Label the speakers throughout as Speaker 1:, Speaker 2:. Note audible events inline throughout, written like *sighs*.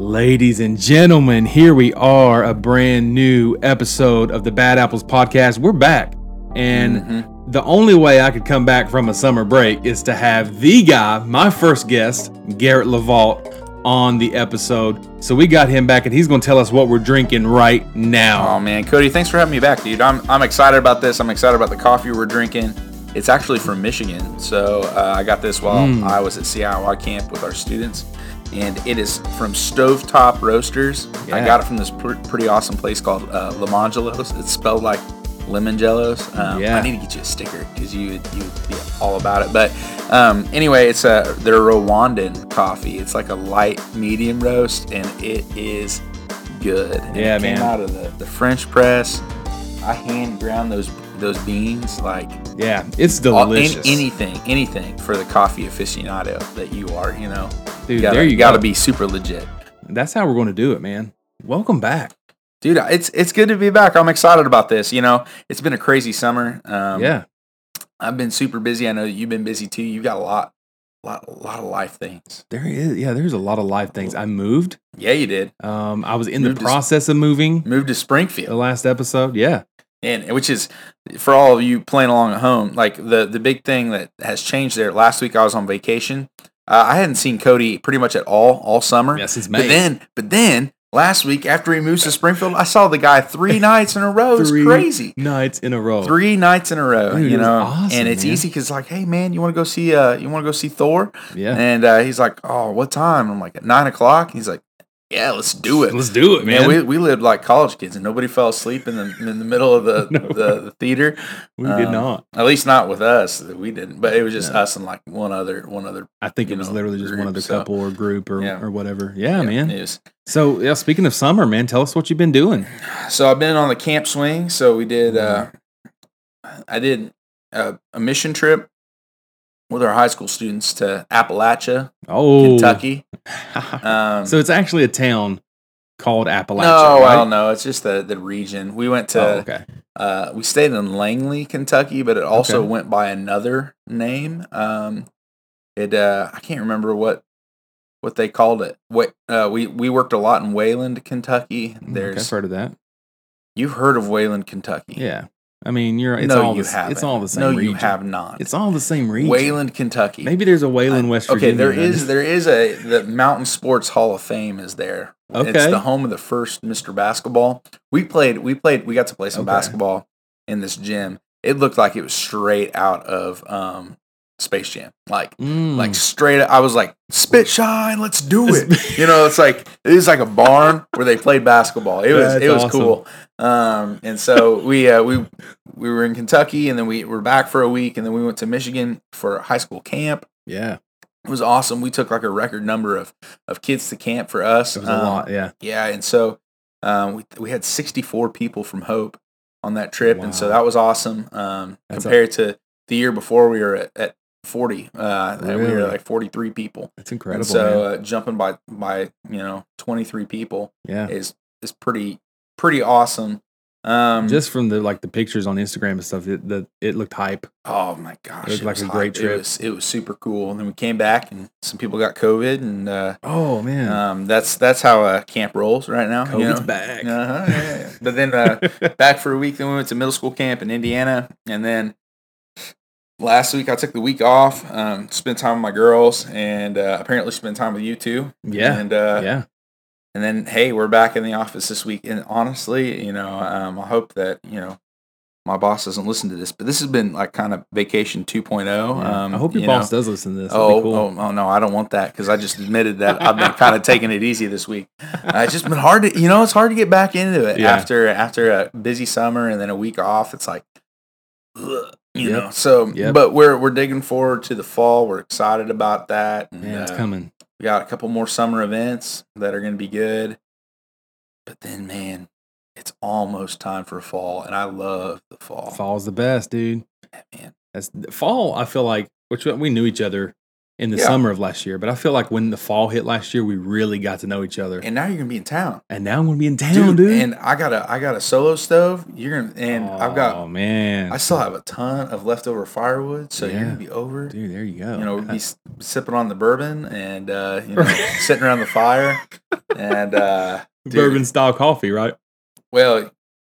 Speaker 1: Ladies and gentlemen, here we are, a brand new episode of the Bad Apples podcast. We're back. And the only way I could come back from a summer break is to have the guy, my first guest, Garrett Lavault, on the episode. So we got him back and he's going to tell us what we're drinking right now.
Speaker 2: Oh man, Cody, thanks for having me back, dude. I'm I'm excited about this. I'm excited about the coffee we're drinking. It's actually from Michigan, so uh, I got this while
Speaker 1: Mm.
Speaker 2: I was at CIY camp with our students, and it is from Stovetop Roasters. I
Speaker 1: Yeah.
Speaker 2: got it from this pr- pretty awesome place called uh, Lamangelos. It's spelled like lemon jellos. Um,
Speaker 1: Yeah.
Speaker 2: I need to get you a sticker because you would you would be all about it. But um, anyway, it's a their Rwandan coffee. It's like a light medium roast, and it is good. And
Speaker 1: Yeah,
Speaker 2: it came
Speaker 1: man.
Speaker 2: out of the, the French press. I hand ground those those beans like
Speaker 1: Yeah, it's
Speaker 2: all, an-
Speaker 1: delicious.
Speaker 2: anything, anything for the coffee aficionado that you are. You know,
Speaker 1: Dude,
Speaker 2: gotta,
Speaker 1: there you
Speaker 2: gotta
Speaker 1: go.
Speaker 2: be super legit.
Speaker 1: That's how we're going to do it, man. Welcome back.
Speaker 2: Dude, it's it's good to be back. I'm excited about this. You know, it's been a crazy summer. Um,
Speaker 1: yeah.
Speaker 2: I've been super busy. I know that you've been busy too. You've got a lot, lot, lot of life things.
Speaker 1: There is yeah, there's a lot of live things. I moved.
Speaker 2: Yeah, you did.
Speaker 1: Um I was in
Speaker 2: Moved
Speaker 1: the
Speaker 2: to-
Speaker 1: process of moving.
Speaker 2: Moved to
Speaker 1: the
Speaker 2: Springfield,
Speaker 1: last episode. Yeah.
Speaker 2: and which is for all of you playing along at home. Like the the big thing that has changed there. Last week I was on vacation. Uh, I hadn't seen Cody pretty much at all all summer.
Speaker 1: Yes, it's
Speaker 2: But then, but then last week after he moves to Springfield, I saw the guy three nights in a row. It's
Speaker 1: Three
Speaker 2: crazy.
Speaker 1: nights in a row.
Speaker 2: Three nights in a row,
Speaker 1: Dude, it
Speaker 2: you
Speaker 1: was
Speaker 2: know,
Speaker 1: awesome,
Speaker 2: and it's
Speaker 1: man.
Speaker 2: easy because like, hey man, you want to go see, uh, you want to go see Thor?
Speaker 1: Yeah.
Speaker 2: And uh, he's like, "Oh, what time?" I'm like, "At nine o'clock." He's like, "Yeah, let's do
Speaker 1: *laughs*
Speaker 2: it."
Speaker 1: Let's do it, man.
Speaker 2: Man, we, we lived like college kids, and nobody fell asleep in the in the middle of the
Speaker 1: *laughs* No.
Speaker 2: the, the theater.
Speaker 1: we did
Speaker 2: um,
Speaker 1: not.
Speaker 2: At least not with us. We didn't, but it was just
Speaker 1: No.
Speaker 2: us and like one other one other.
Speaker 1: I think
Speaker 2: you
Speaker 1: it was
Speaker 2: know,
Speaker 1: literally just one
Speaker 2: group,
Speaker 1: other
Speaker 2: so-
Speaker 1: couple or group or,
Speaker 2: Yeah.
Speaker 1: or whatever. Yeah,
Speaker 2: yeah,
Speaker 1: man.
Speaker 2: it was-
Speaker 1: So yeah, speaking of summer, man, tell us what you've been doing.
Speaker 2: So I've been on the camp swing. So we did.
Speaker 1: Mm-hmm.
Speaker 2: Uh, I did a, a mission trip with our high school students to Appalachia,
Speaker 1: Oh *laughs*
Speaker 2: Kentucky. Um,
Speaker 1: so it's actually a town called Appalachia.
Speaker 2: no, I
Speaker 1: right?
Speaker 2: don't know. It's just the the region. We went to.
Speaker 1: Oh, okay.
Speaker 2: Uh, we stayed in Langley, Kentucky, but it also
Speaker 1: Okay.
Speaker 2: went by another name. Um, it uh, I can't remember what what they called it. What uh, we we worked a lot in Wayland, Kentucky.
Speaker 1: There's
Speaker 2: There's
Speaker 1: I've heard of that.
Speaker 2: you've heard of Wayland, Kentucky?
Speaker 1: Yeah. I mean you're it's
Speaker 2: no,
Speaker 1: all
Speaker 2: you
Speaker 1: the,
Speaker 2: haven't.
Speaker 1: it's all the same
Speaker 2: No, you
Speaker 1: region.
Speaker 2: have not.
Speaker 1: It's all the same region.
Speaker 2: Wayland, Kentucky.
Speaker 1: Maybe there's a Wayland, West Virginia.
Speaker 2: okay, there
Speaker 1: then.
Speaker 2: is there is a the Mountain Sports Hall of Fame is there. It's
Speaker 1: Okay.
Speaker 2: the home of the first Mr. Basketball. We played we played we got to play some
Speaker 1: Okay.
Speaker 2: basketball in this gym. It looked like it was straight out of um Space Jam. Like
Speaker 1: Mm. *laughs*
Speaker 2: like straight I was like spit shine, let's do it. you know, it's like it was like a barn where they played basketball. It was
Speaker 1: That's
Speaker 2: it was
Speaker 1: awesome.
Speaker 2: cool. Um and so we uh we we were in Kentucky and then we were back for a week and then we went to Michigan for high school camp
Speaker 1: *laughs* yeah.
Speaker 2: it was awesome. We took like a record number of of kids to camp for us.
Speaker 1: It was
Speaker 2: Um,
Speaker 1: a lot, yeah.
Speaker 2: Yeah, and so um, we we had 64 people from Hope on that trip, and so
Speaker 1: Wow.
Speaker 2: that was awesome. Um,
Speaker 1: That's a-
Speaker 2: compared to the year before, we were at, at 40. Uh, and We
Speaker 1: Really?
Speaker 2: were like 43 people.
Speaker 1: That's incredible.
Speaker 2: and so
Speaker 1: man.
Speaker 2: uh, jumping by by you know 23 people
Speaker 1: yeah.
Speaker 2: is is pretty pretty awesome. Um,
Speaker 1: just from the like the pictures on Instagram and stuff, it the, it looked hype.
Speaker 2: Oh my gosh,
Speaker 1: It was like a great
Speaker 2: hot. It
Speaker 1: trip.
Speaker 2: was, it was super cool, and then we came back, and some people got COVID, and uh,
Speaker 1: Oh man,
Speaker 2: Um, that's that's how uh, camp rolls right now. you
Speaker 1: COVID's
Speaker 2: know?
Speaker 1: back. *laughs*
Speaker 2: Uh-huh, yeah, yeah. But then uh, back for a week. Then we went to middle school camp in Indiana, and then last week I took the week off, um, spent time with my girls, and uh, apparently spent time with you too.
Speaker 1: yeah,
Speaker 2: And uh,
Speaker 1: yeah,
Speaker 2: and then hey, we're back in the office this week. And honestly, you know, um, I hope that you know my boss doesn't listen to this, but this has been like kind of vacation 2.0.
Speaker 1: yeah.
Speaker 2: Um,
Speaker 1: I hope your
Speaker 2: you know.
Speaker 1: boss does listen to this. That'd
Speaker 2: Oh,
Speaker 1: be cool.
Speaker 2: oh, oh, no, I don't want that because I just admitted that I've been kind of taking it easy this week. Uh, it's just been hard to, you know, it's hard to get back into it
Speaker 1: Yeah.
Speaker 2: after after a busy summer and then a week off. It's like, ugh, you
Speaker 1: Yep.
Speaker 2: know. So,
Speaker 1: Yep.
Speaker 2: but we're we're digging forward to the fall. We're excited about that. And,
Speaker 1: man, it's
Speaker 2: uh,
Speaker 1: coming.
Speaker 2: we got a couple more summer events that are going to be good. But then, man, it's almost time for fall, and I love the fall.
Speaker 1: Fall's the best, dude.
Speaker 2: man.
Speaker 1: That's fall. I feel like which we knew each other in the
Speaker 2: Yeah.
Speaker 1: summer of last year, but I feel like when the fall hit last year, we really got to know each other. And,
Speaker 2: And now you're going to be in town.
Speaker 1: now I'm gonna be in town, dude.
Speaker 2: And I got a I got a solo stove. You're gonna and I've
Speaker 1: oh
Speaker 2: got
Speaker 1: man,
Speaker 2: I still have a ton of leftover firewood, so you're
Speaker 1: Yeah.
Speaker 2: gonna be over.
Speaker 1: dude, *laughs* there you go.
Speaker 2: You know, we'll be
Speaker 1: I-
Speaker 2: s- sipping on the bourbon and uh, you know sitting around the fire. and uh, dude,
Speaker 1: Bourbon style coffee, right?
Speaker 2: Well,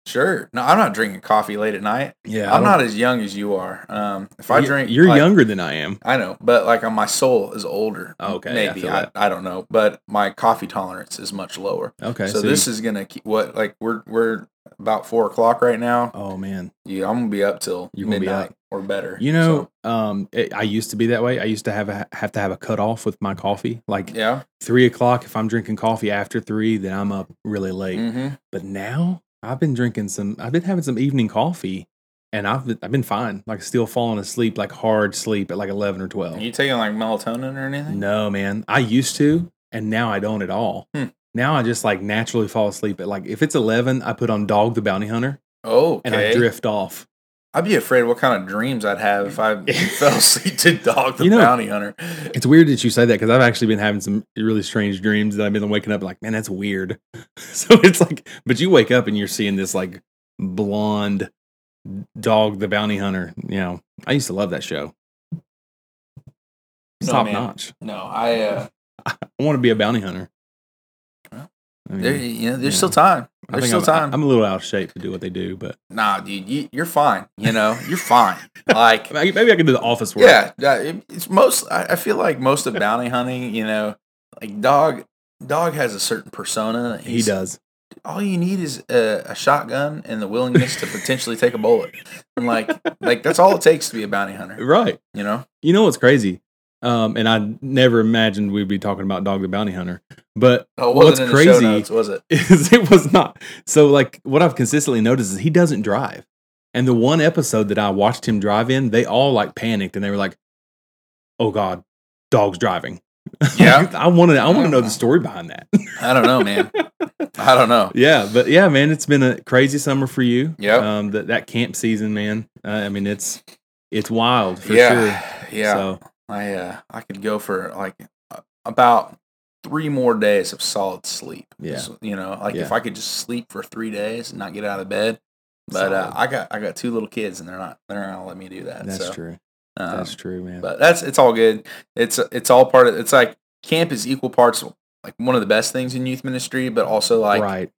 Speaker 2: sure. No, I'm not drinking coffee late at night.
Speaker 1: Yeah.
Speaker 2: I'm not as young as you are. Um, if I drink,
Speaker 1: You're
Speaker 2: like-
Speaker 1: younger than I am.
Speaker 2: I know, but like on my soul is older.
Speaker 1: Okay, I
Speaker 2: maybe
Speaker 1: feel
Speaker 2: I,
Speaker 1: that.
Speaker 2: I, don't know, but my coffee tolerance is much lower.
Speaker 1: Okay.
Speaker 2: so this is gonna keep what like we're we're about four o'clock right now.
Speaker 1: Oh man.
Speaker 2: Yeah, I'm gonna be up till
Speaker 1: You're gonna be
Speaker 2: midnight
Speaker 1: up.
Speaker 2: or better.
Speaker 1: You know, um, it, I used to be that way. I used to have a, have to have a cutoff with my coffee, like
Speaker 2: So, yeah.
Speaker 1: three o'clock. If I'm drinking coffee after three, then I'm up really late.
Speaker 2: hmm
Speaker 1: But now I've been drinking some. I've been having some evening coffee, and I've been, I've been fine. Like still falling asleep, like hard sleep at like eleven or
Speaker 2: Are
Speaker 1: twelve.
Speaker 2: you taking like melatonin or anything?
Speaker 1: No, man. I used to, and now I don't at all.
Speaker 2: Hmm.
Speaker 1: Now I just like naturally fall asleep at like if it's eleven, I put on Dog the Bounty Hunter
Speaker 2: Oh, okay.
Speaker 1: and I drift
Speaker 2: *laughs*
Speaker 1: off.
Speaker 2: I'd be afraid what kind of dreams I'd have
Speaker 1: *laughs*
Speaker 2: if I *laughs* fell asleep to Dog the
Speaker 1: You know-
Speaker 2: Bounty Hunter.
Speaker 1: It's weird that you say that because I've actually been having some really strange dreams that I've been waking up like, man, that's weird. *laughs* so it's like, but you wake up and you're seeing this like blonde dog, the bounty hunter. You know, I used to love that show. It's
Speaker 2: No,
Speaker 1: top
Speaker 2: man.
Speaker 1: notch.
Speaker 2: No, I. Uh,
Speaker 1: I want to be a bounty hunter.
Speaker 2: Well,
Speaker 1: I mean,
Speaker 2: there, you know, there's
Speaker 1: Yeah.
Speaker 2: still time.
Speaker 1: I
Speaker 2: There's
Speaker 1: think
Speaker 2: still
Speaker 1: I'm,
Speaker 2: time.
Speaker 1: I'm a little out of shape to do what they do, but
Speaker 2: nah, dude, you, you're fine. You know,
Speaker 1: *laughs*
Speaker 2: you're fine. Like,
Speaker 1: I mean, maybe I can do the office work.
Speaker 2: yeah, yeah, it- it's most. I, I feel like most of bounty hunting, you know, like dog. Dog has a certain persona.
Speaker 1: he
Speaker 2: He's-
Speaker 1: does.
Speaker 2: All you need is a, a shotgun and the willingness to potentially take a bullet. And like, like that's all it takes to be a bounty hunter.
Speaker 1: Right.
Speaker 2: You know.
Speaker 1: You know what's crazy? Um, and I never imagined we'd be talking about Dog the Bounty Hunter, but
Speaker 2: Oh, it
Speaker 1: What's
Speaker 2: wasn't in the show
Speaker 1: crazy-
Speaker 2: notes, was it?
Speaker 1: *laughs* is it was not. So like what I've consistently noticed is he doesn't drive. And the one episode that I watched him drive in, they all like panicked and they were like, "Oh God, dog's driving." *laughs*
Speaker 2: Yeah.
Speaker 1: I want to. I want to
Speaker 2: *laughs*
Speaker 1: know the story behind that.
Speaker 2: I don't know, man.
Speaker 1: *laughs*
Speaker 2: I don't know.
Speaker 1: yeah, but yeah, man, it's been a crazy summer for you.
Speaker 2: Yep.
Speaker 1: Um, that that camp season, man. Uh, I mean, it's it's wild for
Speaker 2: yeah,
Speaker 1: sure.
Speaker 2: yeah.
Speaker 1: So
Speaker 2: I uh, I could go for like a- about three more days of solid sleep.
Speaker 1: Yeah.
Speaker 2: So, you know, like if
Speaker 1: Yeah.
Speaker 2: I could just sleep for three days and not get out of bed. But uh,
Speaker 1: Solid.
Speaker 2: I got I got two little kids and they're not they're not gonna let me do that.
Speaker 1: that's
Speaker 2: so,
Speaker 1: true.
Speaker 2: um,
Speaker 1: That's true, man.
Speaker 2: But that's it's all good. It's it's all part of it's like camp is equal parts like one of the best things in youth ministry, but also like
Speaker 1: right.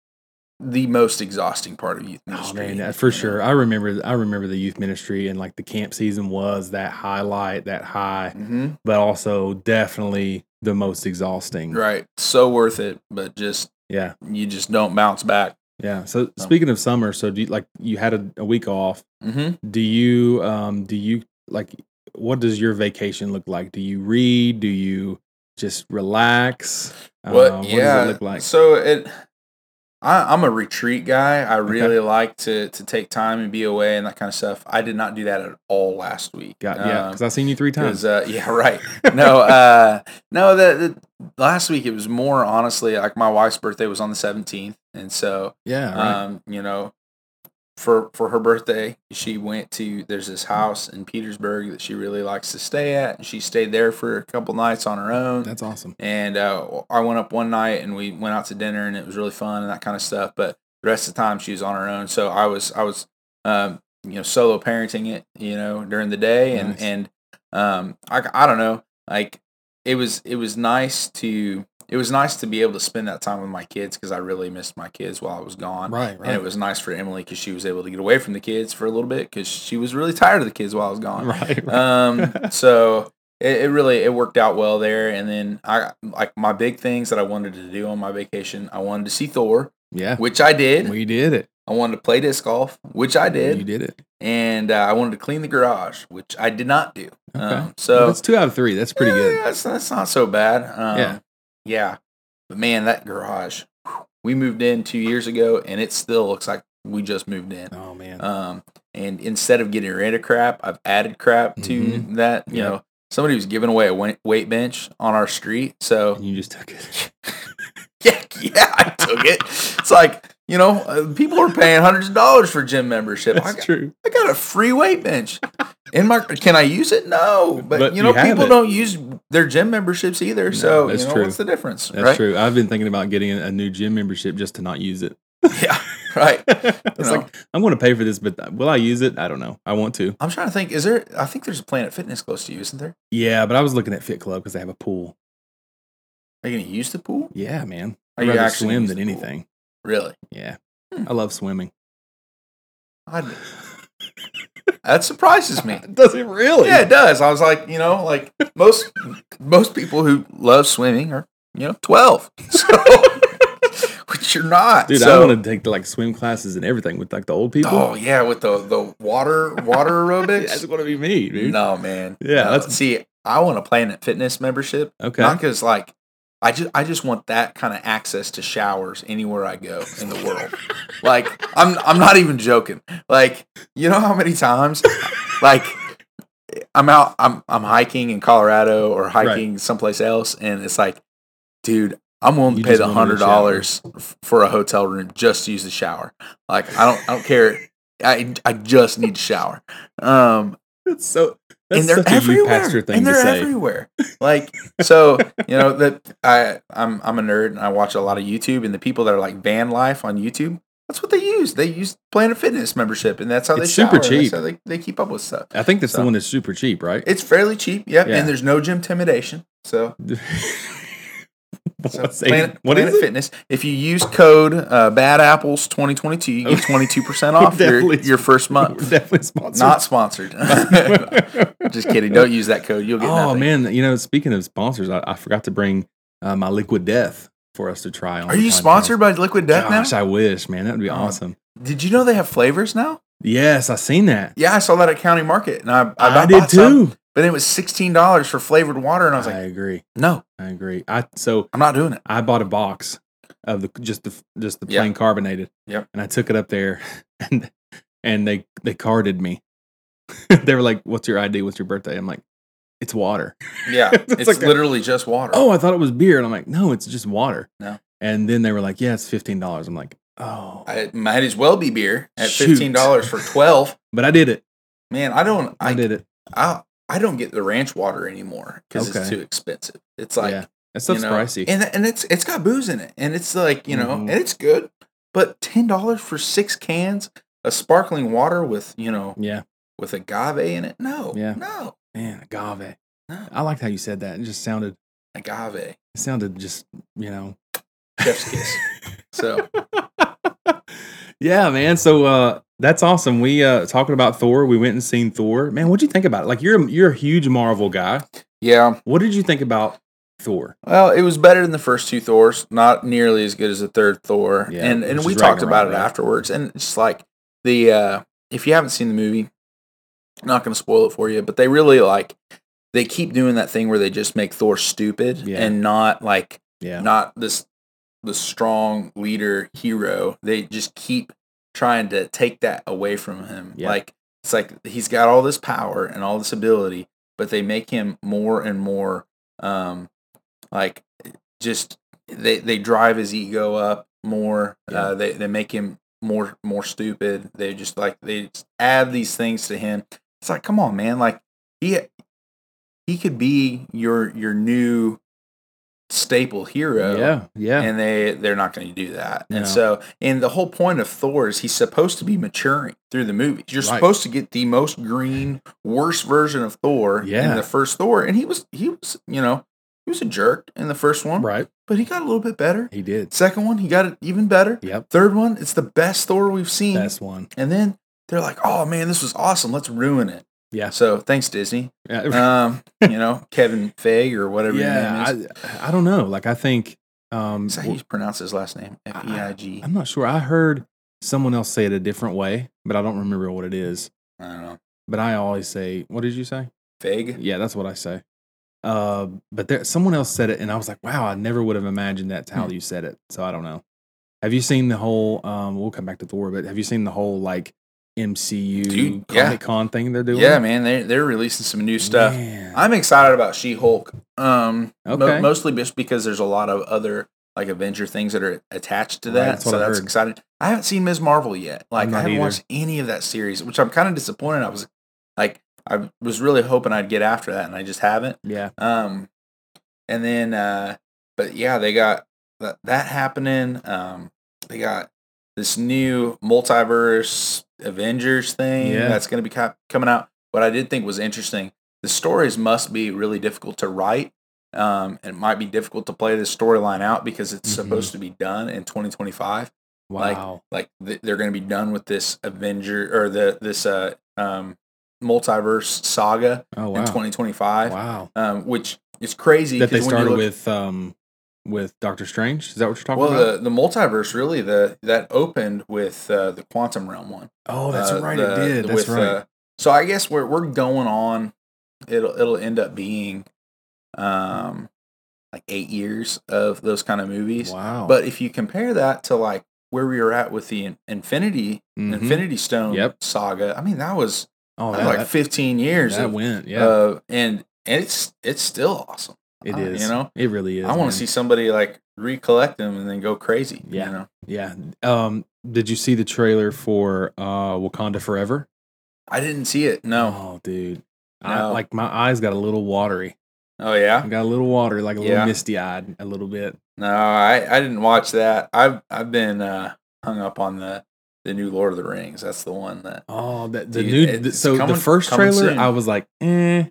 Speaker 2: the most exhausting part of youth
Speaker 1: Oh
Speaker 2: ministry.
Speaker 1: man, that- for
Speaker 2: you know?
Speaker 1: sure. I remember. I remember the youth ministry and like the camp season was that highlight, that high,
Speaker 2: Mhm.
Speaker 1: but also definitely the most exhausting.
Speaker 2: Right. So worth it, but just
Speaker 1: Yeah,
Speaker 2: you just don't bounce back.
Speaker 1: yeah. So speaking of summer, so do you like you had a, a week off?
Speaker 2: Mm-hmm.
Speaker 1: Do you um do you like what does your vacation look like? Do you read? Do you just relax?
Speaker 2: What?
Speaker 1: Uh,
Speaker 2: yeah.
Speaker 1: does it look like?
Speaker 2: So it. I, I'm a retreat guy. I really like to to take time and be away and that kind of stuff. I did not do that at all last week.
Speaker 1: Got, yeah,
Speaker 2: Um,
Speaker 1: because I've seen you three times.
Speaker 2: because uh, *laughs* yeah, right. No, uh, no. The, the last week it was more honestly like my wife's birthday was on the 17th, and so
Speaker 1: yeah, right.
Speaker 2: um, you know, for for her birthday she went to there's this house in Petersburg that she really likes to stay at, and she stayed there for a couple nights on her own
Speaker 1: That's awesome.
Speaker 2: and uh, I went up one night and we went out to dinner and it was really fun and that kind of stuff. But the rest of the time she was on her own, so I was I was um, you know solo parenting it you know during the day and
Speaker 1: Nice.
Speaker 2: and um, I I don't know like it was it was nice to it was nice to be able to spend that time with my kids because I really missed my kids while I was gone.
Speaker 1: Right, right,
Speaker 2: And it was nice for Emily because she was able to get away from the kids for a little bit because she was really tired of the kids while I was
Speaker 1: *laughs*
Speaker 2: gone
Speaker 1: right, right. *laughs*
Speaker 2: um so it, it really it worked out well there and then i like my big things that i wanted to do on my vacation i wanted to see thor
Speaker 1: yeah,
Speaker 2: which i did
Speaker 1: we did it.
Speaker 2: i wanted to play disc golf which i
Speaker 1: You
Speaker 2: did
Speaker 1: did it.
Speaker 2: and uh, i wanted to clean the garage which i did not do
Speaker 1: Okay.
Speaker 2: um,
Speaker 1: Well,
Speaker 2: so
Speaker 1: that's two out of three. That's pretty
Speaker 2: yeah,
Speaker 1: good.
Speaker 2: that's, that's not so bad um,
Speaker 1: Yeah.
Speaker 2: yeah but man that garage whew, we moved in two years ago and it still looks like we just moved in
Speaker 1: Oh man.
Speaker 2: um, and instead of getting rid of crap, I've added crap to
Speaker 1: Mhm.
Speaker 2: that. You
Speaker 1: Yep.
Speaker 2: know, somebody was giving away a wa- weight bench on our street. So
Speaker 1: and you just took it.
Speaker 2: *laughs* yeah, yeah, I took it. It's like, you know, uh, people are paying hundreds of dollars for gym membership. I
Speaker 1: *laughs* That's
Speaker 2: got,
Speaker 1: true.
Speaker 2: I got a free weight bench. In my, can I use it? No, but,
Speaker 1: But
Speaker 2: you know,
Speaker 1: you have
Speaker 2: people
Speaker 1: it.
Speaker 2: don't use their gym memberships either. so
Speaker 1: that's
Speaker 2: you know,
Speaker 1: true.
Speaker 2: what's the difference,
Speaker 1: That's
Speaker 2: right?
Speaker 1: true. I've been thinking about getting a a new gym membership just to not use it. *laughs*
Speaker 2: Yeah, *laughs* right.
Speaker 1: it's
Speaker 2: know.
Speaker 1: like I'm going to pay for this, but uh, will I use it? I don't know. I want to.
Speaker 2: I'm trying to think. Is there? I think there's a Planet Fitness close to you, isn't there?
Speaker 1: Yeah, but I was looking at Fit Club because they have a pool.
Speaker 2: Are you gonna use the pool?
Speaker 1: Yeah, man. I'd
Speaker 2: Are you
Speaker 1: rather
Speaker 2: actually
Speaker 1: swim
Speaker 2: use
Speaker 1: than
Speaker 2: the pool? Hmm.
Speaker 1: anything.
Speaker 2: Really?
Speaker 1: Yeah. I love
Speaker 2: *laughs*
Speaker 1: swimming.
Speaker 2: I'd- that surprises me.
Speaker 1: Does it really?
Speaker 2: Yeah, it does. I was like, you know, like most most people who love swimming are, you know, twelve. *laughs* So, which you're not,
Speaker 1: Dude,
Speaker 2: so-
Speaker 1: I want to take like swim classes and everything with like the old people. *laughs*
Speaker 2: Oh yeah, with the the water water
Speaker 1: That's
Speaker 2: aerobics.
Speaker 1: gonna be me, dude.
Speaker 2: no man.
Speaker 1: Yeah,
Speaker 2: No.
Speaker 1: that's-
Speaker 2: see, I want a Planet Fitness membership.
Speaker 1: Okay.
Speaker 2: Not because like I just I just want that kind of access to showers anywhere I go in the world.
Speaker 1: *laughs*
Speaker 2: like I'm I'm not even joking. Like you know how many times like I'm out I'm I'm hiking in Colorado or hiking someplace else and it's like dude I'm willing
Speaker 1: You
Speaker 2: to pay
Speaker 1: just
Speaker 2: the
Speaker 1: wanna
Speaker 2: hundred
Speaker 1: use shower.
Speaker 2: dollars for a hotel room just to use the shower. Like I don't I don't care. I I just need to shower. Um
Speaker 1: *laughs* That's so that's
Speaker 2: and they're
Speaker 1: such a youth
Speaker 2: everywhere.
Speaker 1: pastor thing
Speaker 2: and
Speaker 1: to
Speaker 2: they're
Speaker 1: say. *laughs*
Speaker 2: everywhere. Like so, you know that I I'm I'm a nerd and I watch a lot of YouTube and the people that are like van life on YouTube. That's what they use. They use Planet Fitness membership, and that's how they
Speaker 1: It's super
Speaker 2: shower. That's
Speaker 1: cheap.
Speaker 2: how they, they keep up with stuff.
Speaker 1: I think that's the
Speaker 2: So.
Speaker 1: one that's super cheap, right?
Speaker 2: It's fairly cheap. Yep,
Speaker 1: Yeah.
Speaker 2: and there's no gym intimidation.
Speaker 1: *laughs*
Speaker 2: So, so
Speaker 1: What's it-
Speaker 2: Planet,
Speaker 1: what is
Speaker 2: Planet
Speaker 1: it?
Speaker 2: Fitness. If you use code uh, Bad Apples 2022, you
Speaker 1: *laughs*
Speaker 2: get 22 percent off
Speaker 1: We're
Speaker 2: your,
Speaker 1: definitely-
Speaker 2: your first
Speaker 1: We're
Speaker 2: month.
Speaker 1: *laughs* definitely sponsored.
Speaker 2: Not *laughs* sponsored.
Speaker 1: *laughs*
Speaker 2: Just kidding. Don't use that code. You'll get
Speaker 1: oh
Speaker 2: nothing.
Speaker 1: man, you know, speaking of sponsors, I, I forgot to bring uh, my Liquid Death for us to try on.
Speaker 2: Are
Speaker 1: the
Speaker 2: you
Speaker 1: podcast.
Speaker 2: sponsored by Liquid Death
Speaker 1: Gosh,
Speaker 2: now?
Speaker 1: I wish, man. That would be
Speaker 2: Oh.
Speaker 1: awesome.
Speaker 2: Did you know they have flavors now?
Speaker 1: Yes, I seen that.
Speaker 2: Yeah, I saw that at County Market, and I, I,
Speaker 1: I,
Speaker 2: bought
Speaker 1: did
Speaker 2: some,
Speaker 1: too.
Speaker 2: but it was sixteen dollars for flavored water, and I was
Speaker 1: I
Speaker 2: like,
Speaker 1: agree.
Speaker 2: no,
Speaker 1: I agree. I so
Speaker 2: I'm not doing it.
Speaker 1: I bought a box of the just the just the
Speaker 2: Yeah.
Speaker 1: plain carbonated.
Speaker 2: Yep.
Speaker 1: And I took it up there, *laughs* and and they they carded me. *laughs* they were like, "What's your ID? What's your birthday?" I'm like, "It's water."
Speaker 2: Yeah,
Speaker 1: *laughs* It's
Speaker 2: it's,
Speaker 1: like a-
Speaker 2: literally just water.
Speaker 1: Oh, I thought it was beer, and I'm like, "No, it's just water."
Speaker 2: No.
Speaker 1: And then they were like, "Yeah, it's fifteen dollars." I'm like, "Oh,"
Speaker 2: I it might as well be beer at
Speaker 1: Shoot.
Speaker 2: fifteen dollars for twelve.
Speaker 1: but I did it.
Speaker 2: Man, I don't,
Speaker 1: I,
Speaker 2: I,
Speaker 1: did it.
Speaker 2: I, I don't get the ranch water anymore because
Speaker 1: Okay.
Speaker 2: it's too expensive. It's like
Speaker 1: yeah, that
Speaker 2: you
Speaker 1: stuff's
Speaker 2: know,
Speaker 1: pricey.
Speaker 2: and and it's it's got booze in it, and it's like you know,
Speaker 1: Mhm.
Speaker 2: and it's good, but ten dollars for six cans of sparkling water with you know
Speaker 1: yeah,
Speaker 2: with agave in it? No.
Speaker 1: Yeah.
Speaker 2: No.
Speaker 1: man, agave.
Speaker 2: No.
Speaker 1: I liked how you said that. It just sounded.
Speaker 2: Agave.
Speaker 1: It sounded just you know.
Speaker 2: Chef's kiss. So
Speaker 1: yeah, man. So uh, that's awesome. We uh, talking about Thor. We went and seen Thor. Man, what'd you think about it? Like you're you're a huge Marvel guy.
Speaker 2: yeah.
Speaker 1: What did you think about Thor?
Speaker 2: Well, it was better than the first two Thors, not nearly as good as the third Thor.
Speaker 1: Yeah,
Speaker 2: and
Speaker 1: which
Speaker 2: and we
Speaker 1: is
Speaker 2: talked
Speaker 1: Ragnarok,
Speaker 2: about it
Speaker 1: right?
Speaker 2: afterwards. And it's like the uh if you haven't seen the movie, I'm not gonna spoil it for you, but they really like they keep doing that thing where they just make Thor stupid
Speaker 1: Yeah.
Speaker 2: and not like
Speaker 1: Yeah,
Speaker 2: not this the strong leader hero. They just keep trying to take that away from him.
Speaker 1: Yeah.
Speaker 2: Like it's like he's got all this power and all this ability, but they make him more and more um like just they they drive his ego up more.
Speaker 1: Yeah.
Speaker 2: Uh, they they make him more more stupid. They just like they just add these things to him. It's like come on, man. Like he he could be your your new staple hero
Speaker 1: yeah, yeah.
Speaker 2: and they they're not going to do that.
Speaker 1: No.
Speaker 2: And so, and the whole point of Thor is he's supposed to be maturing through the movies. You're
Speaker 1: Right.
Speaker 2: supposed to get the most green, worst version of Thor
Speaker 1: Yeah.
Speaker 2: in the first Thor, and he was he was you know he was a jerk in the first one,
Speaker 1: right,
Speaker 2: but he got a little bit better.
Speaker 1: he did.
Speaker 2: Second one, he got it even better.
Speaker 1: Yep,
Speaker 2: Third one, it's the best Thor we've seen.
Speaker 1: that's one.
Speaker 2: and then they're like, "Oh man, this was awesome. Let's ruin it."
Speaker 1: Yeah.
Speaker 2: So thanks, *laughs* Disney.
Speaker 1: *laughs* Yeah,
Speaker 2: Um, you *laughs* know, Kevin Feige or whatever
Speaker 1: yeah
Speaker 2: your name is.
Speaker 1: I, I don't know. Like I think um,
Speaker 2: is that how you pronounce his last name? F E I G.
Speaker 1: I'm not sure. I heard someone else say it a different way, but I don't remember what it is.
Speaker 2: I don't know.
Speaker 1: But I always say, "What did you say?"
Speaker 2: Feig.
Speaker 1: Yeah, that's what I say. Uh, but there, someone else said it, and I was like, "Wow, I never would have imagined that's
Speaker 2: Hmm.
Speaker 1: how you said it." So I don't know. Have you seen the whole? Um, we'll come back to Thor, but have you seen the whole like MCU Comic
Speaker 2: Dude, yeah.
Speaker 1: Con thing they're doing?
Speaker 2: Yeah, man, they they're releasing some new stuff.
Speaker 1: Man.
Speaker 2: I'm excited about She-Hulk. Um, mo-
Speaker 1: Okay.
Speaker 2: mostly just because there's a lot of other like Avenger things that are attached to
Speaker 1: Right,
Speaker 2: that,
Speaker 1: that's what
Speaker 2: so
Speaker 1: I
Speaker 2: that's
Speaker 1: heard.
Speaker 2: exciting. I haven't seen Ms. Marvel yet. Like
Speaker 1: not
Speaker 2: I haven't
Speaker 1: either.
Speaker 2: watched any of that series, which I'm kind of disappointed. I was like, I was really hoping I'd get after that, and I just haven't.
Speaker 1: yeah,
Speaker 2: Um, and then, uh, but yeah, they got that, that happening. Um, they got this new multiverse Avengers thing
Speaker 1: Yeah.
Speaker 2: that's going to be co- coming out. What I did think was interesting: the stories must be really difficult to write Um, it might be difficult to play this storyline out because it's
Speaker 1: Mhm.
Speaker 2: supposed to be done in 2025.
Speaker 1: Wow.
Speaker 2: Like th- they're going to be done with this Avenger or the this uh um multiverse saga
Speaker 1: oh
Speaker 2: in
Speaker 1: wow.
Speaker 2: 2025,
Speaker 1: Wow.
Speaker 2: um, which is crazy.
Speaker 1: That they
Speaker 2: 'cause when you
Speaker 1: started
Speaker 2: look-
Speaker 1: with um with Doctor Strange. Is that what you're talking
Speaker 2: Well,
Speaker 1: about?
Speaker 2: the, the multiverse really the that opened with uh, the quantum realm one.
Speaker 1: oh, that's
Speaker 2: Uh,
Speaker 1: right.
Speaker 2: the-
Speaker 1: it did. That's
Speaker 2: with,
Speaker 1: right.
Speaker 2: uh, so I guess we're we're going on. It'll it'll end up being, um, like eight years of those kind of movies.
Speaker 1: wow.
Speaker 2: But if you compare that to like where we were at with the In- Infinity
Speaker 1: Mhm.
Speaker 2: Infinity Stone
Speaker 1: Yep.
Speaker 2: saga, I mean that was,
Speaker 1: oh,
Speaker 2: that
Speaker 1: yeah,
Speaker 2: was like
Speaker 1: that,
Speaker 2: fifteen years.
Speaker 1: that
Speaker 2: of,
Speaker 1: went. Yeah,
Speaker 2: of- and and it's it's still awesome.
Speaker 1: it
Speaker 2: uh,
Speaker 1: is.
Speaker 2: you know,
Speaker 1: it really is.
Speaker 2: I want
Speaker 1: man.
Speaker 2: to see somebody like recollect them and then go crazy.
Speaker 1: Yeah.
Speaker 2: You know?
Speaker 1: Yeah. Um. Did you see the trailer for uh Wakanda Forever?
Speaker 2: I didn't see it. No.
Speaker 1: Oh, dude. I,
Speaker 2: No.
Speaker 1: like my eyes got a little watery.
Speaker 2: Oh yeah.
Speaker 1: I got a little watery, like a little
Speaker 2: Yeah.
Speaker 1: misty eyed, a little bit.
Speaker 2: No, I, I didn't watch that. I've I've been uh, hung up on the the new Lord of the Rings. That's the one that.
Speaker 1: Oh, that the
Speaker 2: Dude,
Speaker 1: new.
Speaker 2: it's
Speaker 1: th- so
Speaker 2: coming-
Speaker 1: the first
Speaker 2: coming
Speaker 1: trailer,
Speaker 2: soon.
Speaker 1: I was like, eh,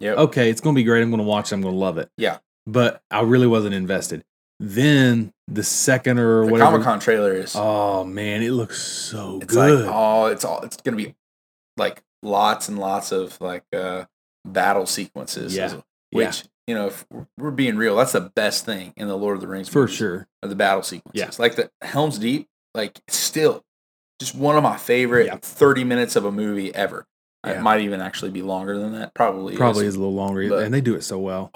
Speaker 2: Yep.
Speaker 1: okay, it's gonna be great. I'm gonna watch. it. I'm gonna love it.
Speaker 2: Yeah.
Speaker 1: But I really wasn't invested. Then the second or
Speaker 2: the
Speaker 1: whatever.
Speaker 2: Comic Con trailer is.
Speaker 1: Oh man, it looks so
Speaker 2: it's
Speaker 1: good.
Speaker 2: like oh, it's all it's gonna be like lots and lots of like uh battle sequences.
Speaker 1: Yeah.
Speaker 2: is-
Speaker 1: Yeah.
Speaker 2: Which you know, if we're being real, that's the best thing in the Lord of the Rings
Speaker 1: for
Speaker 2: movies,
Speaker 1: sure.
Speaker 2: are The battle sequences, like the Helm's Deep, like it's still just one of my favorite
Speaker 1: Yeah.
Speaker 2: thirty minutes of a movie ever.
Speaker 1: Yeah.
Speaker 2: It might even actually be longer than that. Probably
Speaker 1: Probably is a little longer,
Speaker 2: But-
Speaker 1: and they do it so well.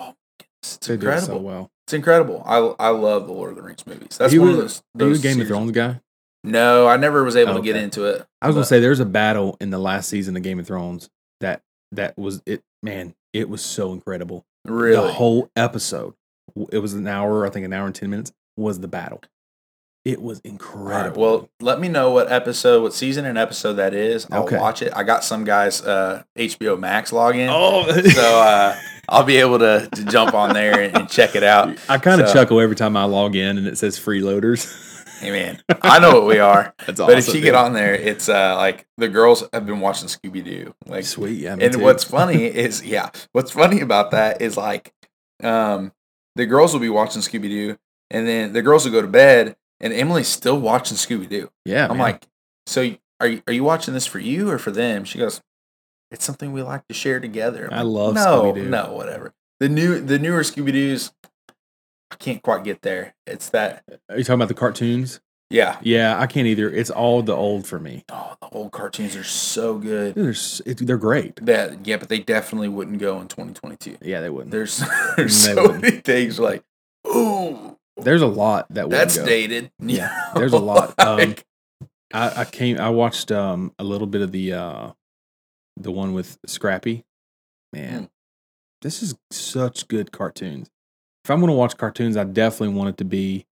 Speaker 2: It's, it's
Speaker 1: They
Speaker 2: incredible.
Speaker 1: do it so well.
Speaker 2: It's incredible. I I love the Lord of the Rings movies. That's
Speaker 1: you
Speaker 2: one of
Speaker 1: a-
Speaker 2: those.
Speaker 1: Are you a
Speaker 2: those
Speaker 1: Game
Speaker 2: series-
Speaker 1: of Thrones guy?
Speaker 2: No, I never was able to get
Speaker 1: Okay.
Speaker 2: into it.
Speaker 1: I was gonna
Speaker 2: but-
Speaker 1: say there's a battle in the last season of Game of Thrones that that was it. Man, it was so incredible.
Speaker 2: really.
Speaker 1: The whole episode, w- it was an hour, I think an hour and ten minutes was the battle. It was
Speaker 2: All right,
Speaker 1: incredible.
Speaker 2: well, let me know what episode, what season and episode that is. I'll
Speaker 1: Okay.
Speaker 2: watch it. I got some guys uh, HBO Max login,
Speaker 1: *laughs* oh,
Speaker 2: so uh, I'll be able to, to jump on there and, and check
Speaker 1: *laughs*
Speaker 2: it out.
Speaker 1: I kind of
Speaker 2: so-
Speaker 1: chuckle every time I log in and it says freeloaders.
Speaker 2: Hey, man, I know what we are,
Speaker 1: *laughs* That's
Speaker 2: but if you
Speaker 1: dude.
Speaker 2: get on there, it's uh, like the girls have been watching Scooby Doo, like
Speaker 1: sweet, yeah. me
Speaker 2: and
Speaker 1: too. *laughs*
Speaker 2: what's funny is yeah what's funny about that is like um the girls will be watching scooby-doo and then the girls will go to bed and emily's still watching scooby-doo
Speaker 1: yeah,
Speaker 2: i'm
Speaker 1: man.
Speaker 2: like so y- are you, are you watching this for you or for them she goes it's something we like to share together I'm
Speaker 1: I
Speaker 2: like,
Speaker 1: love
Speaker 2: no
Speaker 1: Scooby-Doo."
Speaker 2: no whatever the new the newer scooby-doo's i can't quite get there it's that
Speaker 1: are you talking about the cartoons?
Speaker 2: yeah
Speaker 1: Yeah, I can't either. It's all the old for me.
Speaker 2: oh the old cartoons are so good
Speaker 1: Dude, They're s- it- they're great.
Speaker 2: that yeah but they definitely wouldn't go in 2022
Speaker 1: Yeah, they wouldn't.
Speaker 2: There's *laughs* there's so
Speaker 1: wouldn't.
Speaker 2: many things like, ooh,
Speaker 1: There's a lot that wouldn't
Speaker 2: that's
Speaker 1: go.
Speaker 2: dated. *laughs* You
Speaker 1: Yeah,
Speaker 2: know,
Speaker 1: there's a lot. Um,
Speaker 2: *laughs* like,
Speaker 1: I, I came. I watched um a little bit of the uh the one with Scrappy. Man,
Speaker 2: Hmm.
Speaker 1: this is such good cartoons. If I'm gonna watch cartoons, I definitely want it to be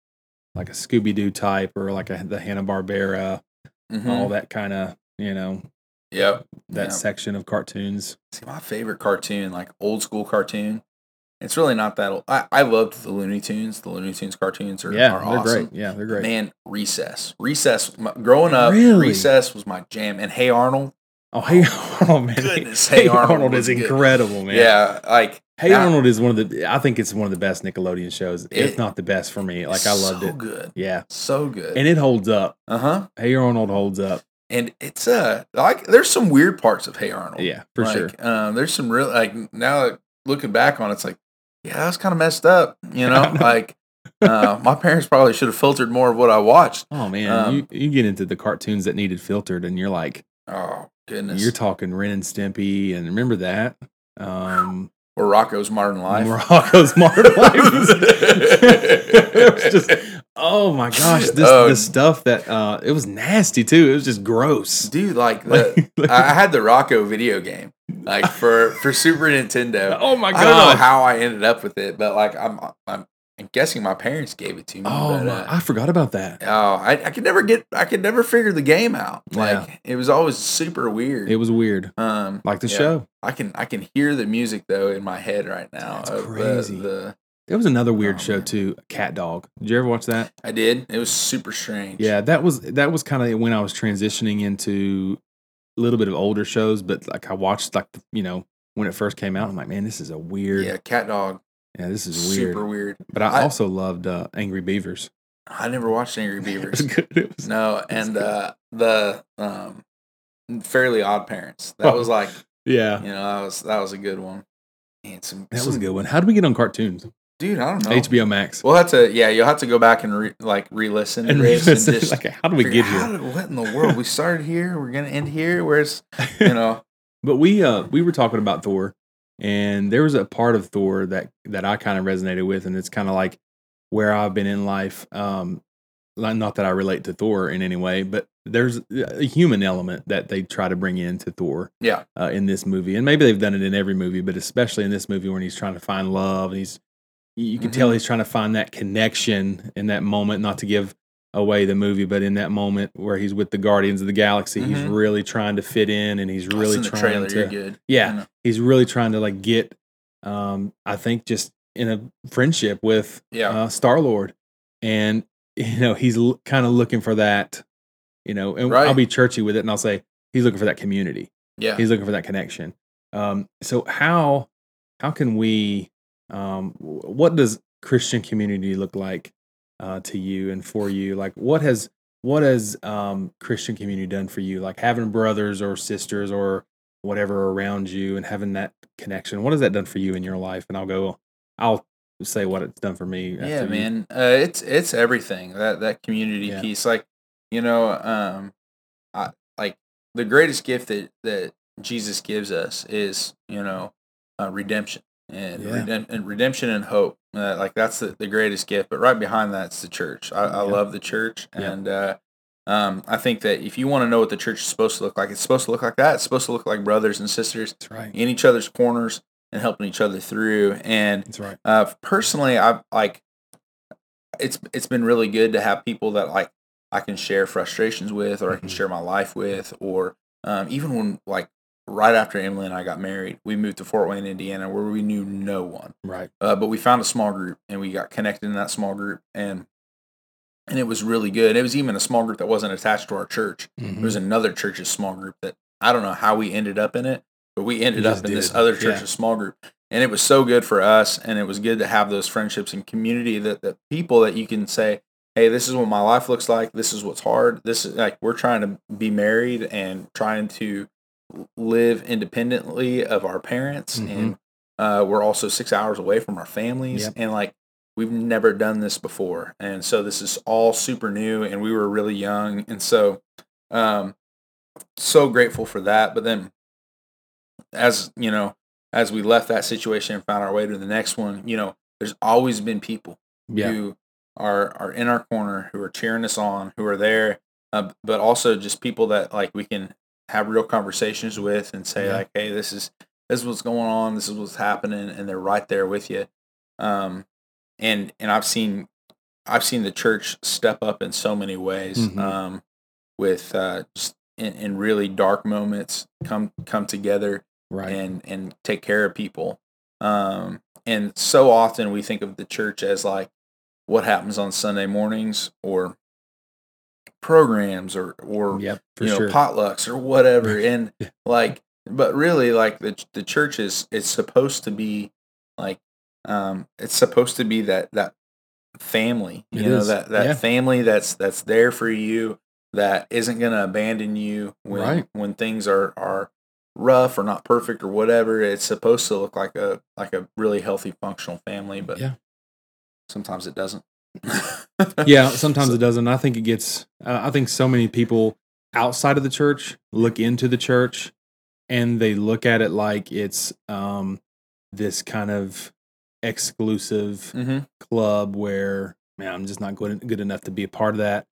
Speaker 1: like a Scooby Doo type or like a, the Hanna Barbera,
Speaker 2: mhm.
Speaker 1: um, all that kind of you know
Speaker 2: Yep.
Speaker 1: that
Speaker 2: Yeah.
Speaker 1: section of cartoons.
Speaker 2: See, my favorite cartoon, like old school cartoon. It's really not that old. I, I loved the Looney Tunes. The Looney Tunes cartoons are,
Speaker 1: yeah,
Speaker 2: are
Speaker 1: they're
Speaker 2: awesome.
Speaker 1: great. Yeah, they're great.
Speaker 2: Man, Recess. Recess. My, growing up,
Speaker 1: Really?
Speaker 2: Recess was my jam. And Hey Arnold.
Speaker 1: Oh, hey Arnold, man! *laughs*
Speaker 2: Goodness,
Speaker 1: hey,
Speaker 2: Hey
Speaker 1: Arnold,
Speaker 2: Arnold
Speaker 1: is
Speaker 2: was good.
Speaker 1: incredible, man.
Speaker 2: Yeah, like
Speaker 1: Hey
Speaker 2: Now-
Speaker 1: Arnold is one of the. I think it's one of the best Nickelodeon shows, if
Speaker 2: It-
Speaker 1: not the best for me. Like I loved
Speaker 2: so
Speaker 1: it.
Speaker 2: good,
Speaker 1: Yeah,
Speaker 2: so good.
Speaker 1: and it holds up.
Speaker 2: uh huh.
Speaker 1: Hey Arnold holds up.
Speaker 2: And it's uh like there's some weird parts of Hey Arnold.
Speaker 1: Yeah, for
Speaker 2: like,
Speaker 1: sure.
Speaker 2: Um, there's some real like now that looking back on it, it's like, yeah, that was kind of messed up.
Speaker 1: *laughs*
Speaker 2: You know, like uh, my parents probably should have filtered more of what I watched.
Speaker 1: Oh man,
Speaker 2: um,
Speaker 1: you, you get into the cartoons that needed filtered, and you're like,
Speaker 2: Oh goodness,
Speaker 1: you're talking Ren and Stimpy, and remember that. Um,
Speaker 2: or Rocco's Modern *sighs* Life.
Speaker 1: Morocco's
Speaker 2: *laughs*
Speaker 1: Modern Life. *laughs* it was just, oh my gosh, this
Speaker 2: Oh.
Speaker 1: this stuff that uh, it was nasty too. It was just gross.
Speaker 2: Dude,
Speaker 1: *laughs*
Speaker 2: like the, I I had the Rocco video game, like for for Super Nintendo.
Speaker 1: *laughs* oh my god.
Speaker 2: I don't know how I ended up with it, but like I'm I'm, I'm guessing my parents gave it to me.
Speaker 1: Oh,
Speaker 2: but,
Speaker 1: my,
Speaker 2: uh,
Speaker 1: I forgot about that.
Speaker 2: Oh, I, I could never get, I could never figure the game out.
Speaker 1: Yeah.
Speaker 2: Like it was always super weird.
Speaker 1: It was weird,
Speaker 2: um,
Speaker 1: like the
Speaker 2: yeah.
Speaker 1: show.
Speaker 2: I can, I can hear the music though in my head right now.
Speaker 1: That's
Speaker 2: of the-
Speaker 1: crazy.
Speaker 2: the-
Speaker 1: There was another weird
Speaker 2: Oh,
Speaker 1: show
Speaker 2: man.
Speaker 1: too, Cat Dog. Did you ever watch that?
Speaker 2: I did. It was super strange.
Speaker 1: Yeah, that was that was kind of when I was transitioning into a little bit of older shows, but like I watched like the, you know when it first came out, I'm like, man, this is a weird.
Speaker 2: yeah. Cat dog.
Speaker 1: Yeah, this is weird.
Speaker 2: Super weird.
Speaker 1: But I,
Speaker 2: I-
Speaker 1: also loved uh, Angry Beavers.
Speaker 2: I never watched
Speaker 1: *laughs*
Speaker 2: Angry
Speaker 1: It was
Speaker 2: Beavers.
Speaker 1: good. It was
Speaker 2: No, and uh, the um, Fairly Odd Parents. That
Speaker 1: *laughs*
Speaker 2: was like
Speaker 1: yeah.
Speaker 2: you know that was that was a good one. And some,
Speaker 1: That was
Speaker 2: some-
Speaker 1: a good one. How do we get on cartoons?
Speaker 2: dude. I don't know.
Speaker 1: HBO Max.
Speaker 2: Oh. We'll have to yeah. You'll have to go back and re, like re-listen
Speaker 1: and
Speaker 2: this
Speaker 1: *laughs* listen,
Speaker 2: just
Speaker 1: like, how do we
Speaker 2: figure
Speaker 1: get here?
Speaker 2: out *laughs* how did- what in the world? we started here. We're gonna end here. Where's you know?
Speaker 1: But we uh we were talking about Thor, and there was a part of Thor that that I kind of resonated with, and it's kind of like where I've been in life. Um, like, not that I relate to Thor in any way, but there's a human element that they try to bring into Thor.
Speaker 2: Yeah.
Speaker 1: Uh, in this movie, and maybe they've done it in every movie, but especially in this movie when he's trying to find love, and he's you you can tell he's trying to find that connection in that moment. Not to give away the movie, but in that moment where he's with the Guardians of the Galaxy, he's
Speaker 2: Mhm.
Speaker 1: really trying to fit in, and he's
Speaker 2: It's
Speaker 1: *laughs* really
Speaker 2: in the
Speaker 1: trying
Speaker 2: trailer.
Speaker 1: to
Speaker 2: You're good.
Speaker 1: yeah
Speaker 2: I know.
Speaker 1: he's really trying to like get um i think just in a friendship with
Speaker 2: Yeah.
Speaker 1: uh star lord and *laughs* you know he's l- kind of looking for that you know and i'll
Speaker 2: Right.
Speaker 1: be churchy with it and i'll say he's looking for that community
Speaker 2: yeah.
Speaker 1: he's looking for that connection um so how how can we um wh- what does christian community look like uh to you and for you like what has what has um christian community done for you like having brothers or sisters or whatever around you and having that connection what has that done for you in your life and i'll go i'll say what it's done for me
Speaker 2: yeah
Speaker 1: after you-
Speaker 2: man uh, it's it's everything that that community
Speaker 1: Yeah.
Speaker 2: piece like you know um I, like the greatest gift that that jesus gives us is you know uh, redemption and,
Speaker 1: Yeah.
Speaker 2: redem- and redemption and hope uh, like that's the, the greatest gift but right behind that's the church i, I
Speaker 1: Yeah.
Speaker 2: love the church
Speaker 1: Yeah.
Speaker 2: and uh um, I think that if you want to know what the church is supposed to look like, it's supposed to look like that. It's supposed to look like brothers and sisters
Speaker 1: that's right
Speaker 2: in each other's corners and helping each other through. And
Speaker 1: that's right
Speaker 2: uh, personally, I've like it's it's been really good to have people that like I can share frustrations with, or I can
Speaker 1: Mhm.
Speaker 2: share my life with, or um, even when like right after Emily and I got married, we moved to Fort Wayne, Indiana, where we knew no one,
Speaker 1: right
Speaker 2: uh, but we found a small group and we got connected in that small group and. And it was really good. It was even a small group that wasn't attached to our church.
Speaker 1: Mm-hmm.
Speaker 2: There was another church's small group that I don't know how we ended up in it, but we ended
Speaker 1: You
Speaker 2: up
Speaker 1: just
Speaker 2: in this
Speaker 1: did.
Speaker 2: other
Speaker 1: Yeah.
Speaker 2: church's small group. And it was so good for us. And it was good to have those friendships and community that, that people that you can say, hey, this is what my life looks like. This is what's hard. This is like, we're trying to be married and trying to live independently of our parents.
Speaker 1: Mhm.
Speaker 2: And uh, we're also six hours away from our families.
Speaker 1: Yep.
Speaker 2: And like, we've never done this before. And so this is all super new. And we were really young. And so, um, so grateful for that. But then, as you know, as we left that situation and found our way to the next one, you know, there's always been people
Speaker 1: Mm-hmm. yeah
Speaker 2: who are are in our corner, who are cheering us on, who are there, uh, but also just people that like we can have real conversations with and say
Speaker 1: Yeah.
Speaker 2: like, hey, this is this is what's going on, this is what's happening, and they're right there with you. Um, and and I've seen I've seen the church step up in so many ways.
Speaker 1: Mhm.
Speaker 2: Um, with uh, just in, in really dark moments, come come together
Speaker 1: right
Speaker 2: and and take care of people. Um, and so often we think of the church as like what happens on Sunday mornings or programs or or
Speaker 1: yep for
Speaker 2: you know
Speaker 1: sure
Speaker 2: potlucks
Speaker 1: *laughs*
Speaker 2: or whatever. And
Speaker 1: Yeah.
Speaker 2: like, but really, like the the church is is supposed to be like um, it's supposed to be that that family you
Speaker 1: It
Speaker 2: know
Speaker 1: is,
Speaker 2: that that
Speaker 1: yeah.
Speaker 2: family that's that's there for you that isn't going to abandon you when
Speaker 1: Right.
Speaker 2: when things are are rough or not perfect or whatever it's supposed to look like a like a really healthy functional family but
Speaker 1: Yeah.
Speaker 2: sometimes it doesn't *laughs*
Speaker 1: *laughs* yeah sometimes
Speaker 2: So-
Speaker 1: it doesn't i think it gets uh, i think so many people outside of the church look into the church and they look at it like it's um this kind of exclusive
Speaker 2: Mhm.
Speaker 1: club where man i'm just not good, good enough to be a part of that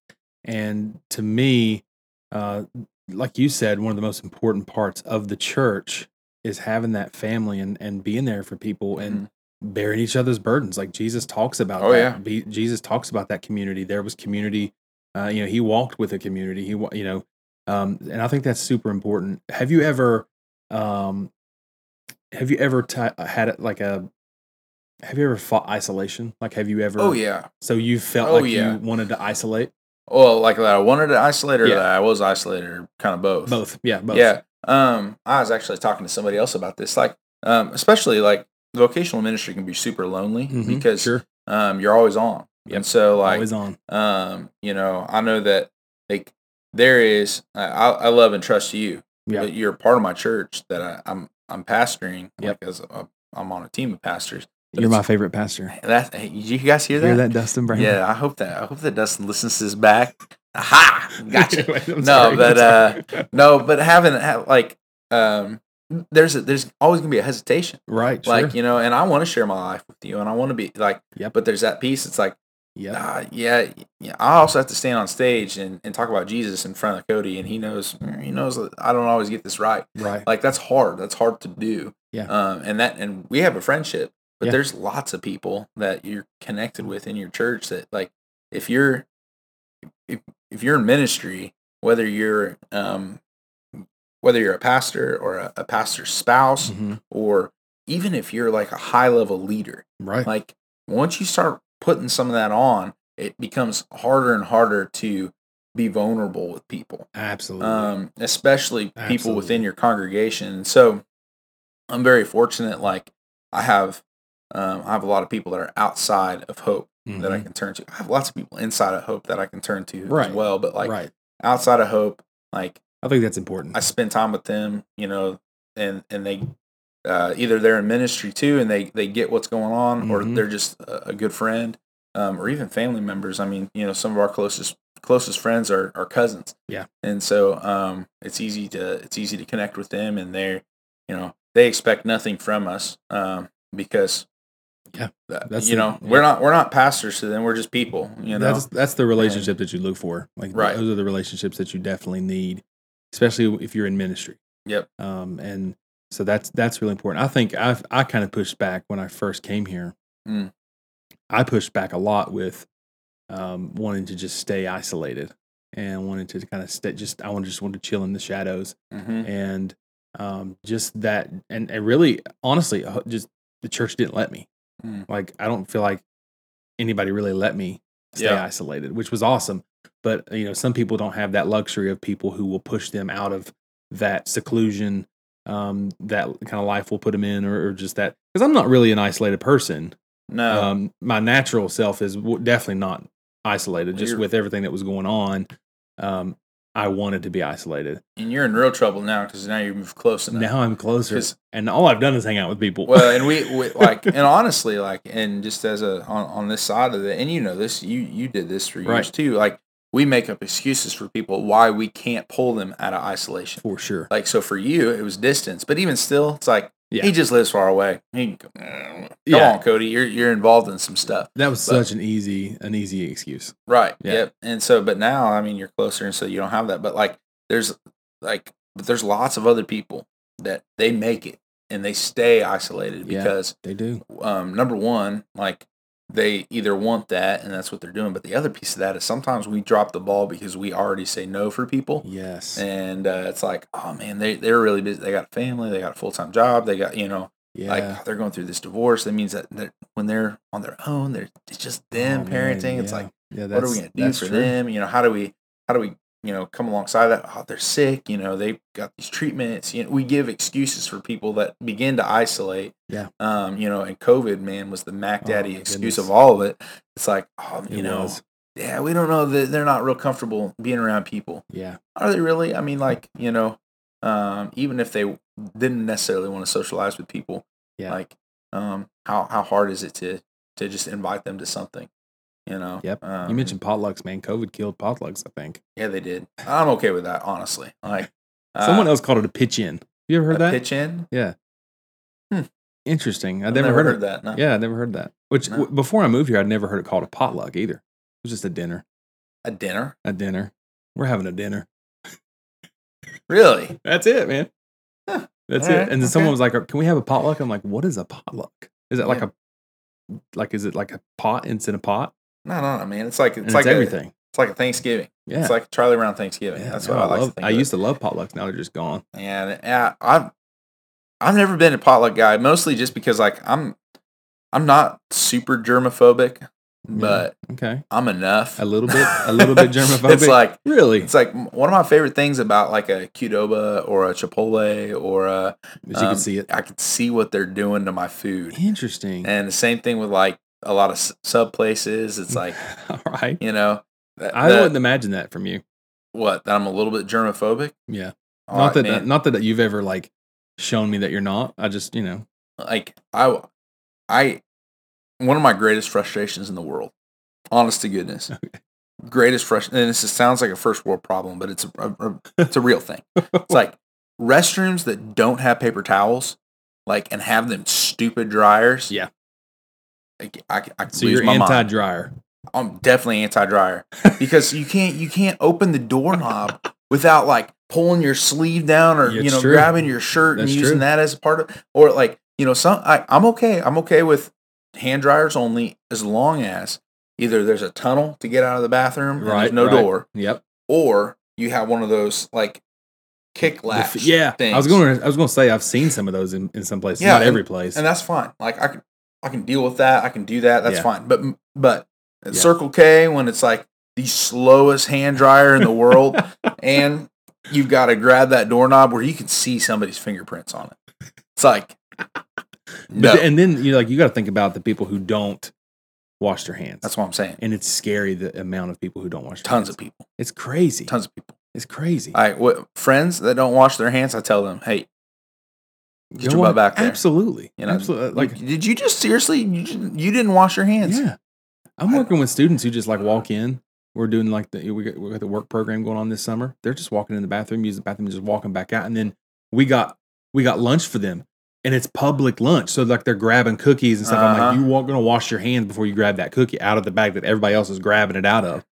Speaker 1: and to me uh like you said one of the most important parts of the church is having that family and and being there for people and
Speaker 2: Mhm.
Speaker 1: bearing each other's burdens. Like Jesus talks about.
Speaker 2: Oh,
Speaker 1: that.
Speaker 2: yeah.
Speaker 1: Be, Jesus talks about that community. There was community. Uh, you know, he walked with a community. He, wa- you know, um, and I think that's super important. Have you ever, um, have you ever ti uh, had like a, have you ever fought isolation? Like, have you ever?
Speaker 2: oh yeah
Speaker 1: So you felt
Speaker 2: Oh,
Speaker 1: like
Speaker 2: yeah.
Speaker 1: you wanted to isolate
Speaker 2: well like that i wanted to isolate or
Speaker 1: Yeah.
Speaker 2: that i was isolated or kind of both
Speaker 1: both. Yeah. Both.
Speaker 2: Yeah. Um, I was actually talking to somebody else about this. Like, um, especially like vocational ministry can be super lonely
Speaker 1: Mhm,
Speaker 2: because
Speaker 1: sure.
Speaker 2: um, you're always on.
Speaker 1: Yep,
Speaker 2: And so like
Speaker 1: Always on.
Speaker 2: um, you know, I know that like there is I, I I love and trust you.
Speaker 1: Yeah.
Speaker 2: That you're part of my church that I, I'm I'm pastoring
Speaker 1: Yep.
Speaker 2: like as a, I'm on a team of pastors. But
Speaker 1: You're my
Speaker 2: it's-
Speaker 1: favorite pastor.
Speaker 2: that hey, did you guys hear that?
Speaker 1: Hear that, Dustin Brown? *laughs*
Speaker 2: Yeah, I hope that I hope that Dustin listens to this back. Aha! Gotcha.
Speaker 1: Wait, I'm
Speaker 2: No,
Speaker 1: sorry,
Speaker 2: but, uh,
Speaker 1: I'm sorry.
Speaker 2: no, but having ha- like um there's a, there's always gonna be a hesitation.
Speaker 1: *laughs* right,
Speaker 2: Like,
Speaker 1: sure.
Speaker 2: you know, and I want to share my life with you and I want to be like
Speaker 1: Yep.
Speaker 2: but there's that piece it's like
Speaker 1: yeah,
Speaker 2: uh, yeah, yeah. I also have to stand on stage and, and talk about Jesus in front of Cody, and he knows he knows that I don't always get this right.
Speaker 1: right.
Speaker 2: Like that's hard. That's hard to do.
Speaker 1: Yeah.
Speaker 2: Um, and that and we have a friendship, but
Speaker 1: Yeah.
Speaker 2: there's lots of people that you're connected with in your church that like if you're if, if you're in ministry, whether you're um whether you're a pastor or a, a pastor's spouse
Speaker 1: Mhm,
Speaker 2: or even if you're like a high level leader,
Speaker 1: Right.
Speaker 2: like once you start putting some of that on it becomes harder and harder to be vulnerable with people
Speaker 1: Absolutely.
Speaker 2: um, especially people
Speaker 1: Absolutely.
Speaker 2: within your congregation and so i'm very fortunate like i have um, i have a lot of people that are outside of hope that i
Speaker 1: Mhm,
Speaker 2: can turn to i have lots of people inside of hope that i can turn to
Speaker 1: Right.
Speaker 2: as well but like
Speaker 1: right.
Speaker 2: outside of hope like
Speaker 1: I think that's important.
Speaker 2: I spend time with them, you know, and and they uh, either they're in ministry too, and they they get what's going on, or
Speaker 1: Mhm.
Speaker 2: they're just a, a good friend, um, or even family members. I mean, you know, some of our closest closest friends are, are cousins.
Speaker 1: Yeah.
Speaker 2: and so um, it's easy to it's easy to connect with them, and they're you know they expect nothing from us um, because
Speaker 1: Yeah,
Speaker 2: uh,
Speaker 1: that's
Speaker 2: you
Speaker 1: the-
Speaker 2: know
Speaker 1: yeah.
Speaker 2: we're not we're not pastors to them. We're just people. You know,
Speaker 1: that's that's the relationship that you look for. Like
Speaker 2: Right.
Speaker 1: those are the relationships that you definitely need, especially if you're in ministry.
Speaker 2: Yep.
Speaker 1: Um, and so that's that's really important. I think I I kind of pushed back when I first came here.
Speaker 2: Mm.
Speaker 1: I pushed back a lot with um, wanting to just stay isolated and wanted to kind of stay just I wanted just want to chill in the shadows
Speaker 2: hmm
Speaker 1: and um, just that and, and really honestly uh, just the church didn't let me
Speaker 2: Mm.
Speaker 1: like i don't feel like anybody really let me stay
Speaker 2: Yeah.
Speaker 1: isolated which was awesome but uh, you know some people don't have that luxury of people who will push them out of that seclusion um, that kind of life will put them in or, or just that because i'm not really an isolated person
Speaker 2: no,
Speaker 1: um, my natural self is w- definitely not isolated just
Speaker 2: You're-
Speaker 1: with everything that was going on um, i wanted to be isolated
Speaker 2: and you're in real trouble now because now you've moved close enough.
Speaker 1: now i'm closer
Speaker 2: 'Cause-
Speaker 1: and all i've done is hang out with people
Speaker 2: Well, and we, we like, and honestly, like, and just as a on, on this side of it, and you know this, you you did this for years
Speaker 1: Right.
Speaker 2: too. Like, we make up excuses for people why we can't pull them out of
Speaker 1: *laughs*
Speaker 2: isolation.
Speaker 1: for sure
Speaker 2: Like, so for you, it was distance, but even still, it's like
Speaker 1: Yeah.
Speaker 2: he just lives far away. He can, come
Speaker 1: Yeah.
Speaker 2: on, Cody, you're you're involved in some stuff,
Speaker 1: that was
Speaker 2: But-
Speaker 1: such an easy an easy excuse
Speaker 2: right?
Speaker 1: Yeah.
Speaker 2: Yep. And so, but now, I mean, you're closer, and so you don't have that. But like, there's like, but there's lots of other people that they make it and they stay isolated
Speaker 1: Yeah.
Speaker 2: because
Speaker 1: they do
Speaker 2: um, number one, like they either want that and that's what they're doing, but the other piece of that is sometimes we drop the ball because we already say no for people,
Speaker 1: yes
Speaker 2: and uh, it's like, oh man, they they're really busy. They got a family, they got a full time job, they got you know,
Speaker 1: yeah
Speaker 2: like they're going through this divorce. That means that they're, when they're on their own, they're it's just them
Speaker 1: Oh, man,
Speaker 2: parenting. It's
Speaker 1: yeah.
Speaker 2: like,
Speaker 1: yeah
Speaker 2: what are
Speaker 1: that's-
Speaker 2: we gonna do
Speaker 1: that's
Speaker 2: for
Speaker 1: true.
Speaker 2: them? You know, how do we how do we you know come alongside that? Oh, they're sick. You know, they've got these treatments. You know, we give excuses for people that begin to isolate.
Speaker 1: Yeah.
Speaker 2: Um, you know, and COVID man was the Mac
Speaker 1: Oh,
Speaker 2: Daddy
Speaker 1: my
Speaker 2: excuse
Speaker 1: goodness.
Speaker 2: of all of it. It's like, oh,
Speaker 1: It
Speaker 2: you know,
Speaker 1: was.
Speaker 2: yeah, we don't know that they're not real comfortable being around people.
Speaker 1: yeah
Speaker 2: Are they really? I mean, like you know, um, even if they didn't necessarily want to socialize with people,
Speaker 1: Yeah.
Speaker 2: like um, how how hard is it to to just invite them to something? You know.
Speaker 1: Yep.
Speaker 2: Um,
Speaker 1: you mentioned potlucks man covid killed potlucks i think
Speaker 2: yeah, they did. I'm okay with that, honestly. Like uh,
Speaker 1: someone else called it a pitch in you ever
Speaker 2: a
Speaker 1: heard that
Speaker 2: pitch in.
Speaker 1: interesting i've
Speaker 2: I've
Speaker 1: never, heard, of
Speaker 2: that. No.
Speaker 1: that yeah i never heard that which
Speaker 2: No.
Speaker 1: w- before i moved here i'd never heard it called a potluck either it was just a dinner
Speaker 2: a dinner.
Speaker 1: a dinner we're having a dinner
Speaker 2: Really?
Speaker 1: That's it, man.
Speaker 2: Huh.
Speaker 1: That's
Speaker 2: All
Speaker 1: it.
Speaker 2: right,
Speaker 1: And then someone
Speaker 2: okay.
Speaker 1: was like, "Can we have a potluck?" I'm like, "What is a potluck? Is it like
Speaker 2: Yeah.
Speaker 1: a like is it like a pot and it's in a pot?
Speaker 2: No, no, no, man. It's like
Speaker 1: And
Speaker 2: it's
Speaker 1: it's,
Speaker 2: like everything.
Speaker 1: everything.
Speaker 2: it's like a Thanksgiving.
Speaker 1: Yeah,
Speaker 2: It's like Charlie Brown Thanksgiving.
Speaker 1: Yeah,
Speaker 2: That's
Speaker 1: man,
Speaker 2: what I, like
Speaker 1: love.
Speaker 2: to think.
Speaker 1: I
Speaker 2: of it.
Speaker 1: used to love potlucks. Now they're just gone.
Speaker 2: and yeah, I've I've never been a potluck guy, mostly just because like I'm I'm not super germophobic. but *laughs*
Speaker 1: Okay.
Speaker 2: I'm enough.
Speaker 1: A little bit, a little bit germophobic.
Speaker 2: *laughs* It's like-
Speaker 1: really,
Speaker 2: It's like m- one of my favorite things about like a Qdoba or a Chipotle or a.
Speaker 1: as you
Speaker 2: um,
Speaker 1: can see it.
Speaker 2: I can see what they're doing to my food,
Speaker 1: Interesting.
Speaker 2: and the same thing with like a lot of s- sub places. It's like
Speaker 1: *laughs* All right.
Speaker 2: you know, that,
Speaker 1: Mm. I
Speaker 2: that-
Speaker 1: wouldn't imagine that from you.
Speaker 2: what that I'm a little bit germophobic.
Speaker 1: Yeah.
Speaker 2: All
Speaker 1: not that,
Speaker 2: right, man.
Speaker 1: not that you've ever like shown me that you're not. I just, you know,
Speaker 2: like I, I, one of my greatest frustrations in the world, honest to
Speaker 1: *laughs*
Speaker 2: goodness, greatest frustration. And this is- sounds like a first world problem, but it's a, a- a- it's a real thing. It's
Speaker 1: *laughs*
Speaker 2: like restrooms that don't have paper towels, like and have them stupid dryers.
Speaker 1: Yeah.
Speaker 2: Like, I, c- I could
Speaker 1: so
Speaker 2: lose
Speaker 1: you're
Speaker 2: my
Speaker 1: anti
Speaker 2: mind.
Speaker 1: dryer.
Speaker 2: I'm definitely anti-dryer because you can't you can't open the doorknob without like pulling your sleeve down or you
Speaker 1: It's
Speaker 2: know
Speaker 1: true.
Speaker 2: grabbing your shirt and
Speaker 1: That's
Speaker 2: using
Speaker 1: true.
Speaker 2: that as a part of or like you know some I, I'm okay I'm okay with hand dryers only as long as either there's a tunnel to get out of the bathroom and there's
Speaker 1: Right,
Speaker 2: no
Speaker 1: right.
Speaker 2: door
Speaker 1: Yep.
Speaker 2: or you have one of those like kick
Speaker 1: The
Speaker 2: latch
Speaker 1: f- yeah.
Speaker 2: things.
Speaker 1: I was going. to I was going to say I've seen some of those in, in some places.
Speaker 2: Yeah,
Speaker 1: not every place.
Speaker 2: and that's fine like I can I can deal with that I can do that that's
Speaker 1: Yeah.
Speaker 2: fine but but at
Speaker 1: Yeah.
Speaker 2: Circle K when it's like the slowest hand dryer in the world
Speaker 1: *laughs*
Speaker 2: and you've got to grab that doorknob where you can see somebody's fingerprints on it. It's like no,
Speaker 1: But th- and then you know, like you got to think about the people who don't wash their hands.
Speaker 2: that's what I'm saying.
Speaker 1: and it's scary the amount of people who don't wash. Their hands.
Speaker 2: Tons of people,
Speaker 1: It's crazy.
Speaker 2: tons of people.
Speaker 1: It's crazy.
Speaker 2: I what, friends that don't wash their hands, I tell them, hey,
Speaker 1: You know
Speaker 2: get your butt
Speaker 1: what?
Speaker 2: back there.
Speaker 1: Absolutely.
Speaker 2: You know,
Speaker 1: Absolutely. Like
Speaker 2: did you just seriously? You, just, you didn't wash your hands?
Speaker 1: yeah, I'm
Speaker 2: I-
Speaker 1: working with students who just like walk in. We're doing like the we got, we got the work program going on this summer. They're just walking in the bathroom, using the bathroom, and just walking back out. And then we got we got lunch for them, and it's public lunch. So like they're grabbing cookies and stuff. I'm
Speaker 2: Uh-huh.
Speaker 1: like, you weren't gonna wash your hands before you grab that cookie out of the bag that everybody else is grabbing it out of.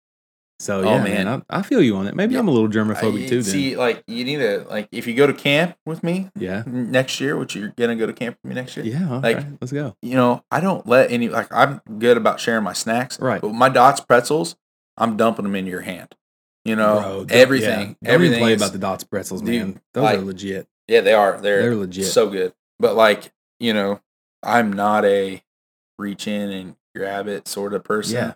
Speaker 1: So
Speaker 2: Oh,
Speaker 1: yeah, man,
Speaker 2: man.
Speaker 1: I, I feel you on it. Maybe
Speaker 2: Yeah.
Speaker 1: I'm a little
Speaker 2: I,
Speaker 1: germophobic too.
Speaker 2: see, like you need to like if you go to camp with me
Speaker 1: then yeah,
Speaker 2: next year, which you're gonna go to camp with me next year.
Speaker 1: yeah.
Speaker 2: Like-
Speaker 1: okay, let's go.
Speaker 2: you know, I don't let any like I'm good about sharing my snacks.
Speaker 1: Right.
Speaker 2: But my dots pretzels, I'm dumping them in your hand. You know,
Speaker 1: Bro, don't- yeah,
Speaker 2: everything.
Speaker 1: Don't
Speaker 2: everything.
Speaker 1: even play
Speaker 2: is-
Speaker 1: about the dots pretzels,
Speaker 2: Dude,
Speaker 1: man. Those
Speaker 2: like-
Speaker 1: are legit.
Speaker 2: yeah, they are. They're,
Speaker 1: They're legit.
Speaker 2: so good. But like, you know, I'm not a reach in and grab it sort of person.
Speaker 1: Yeah.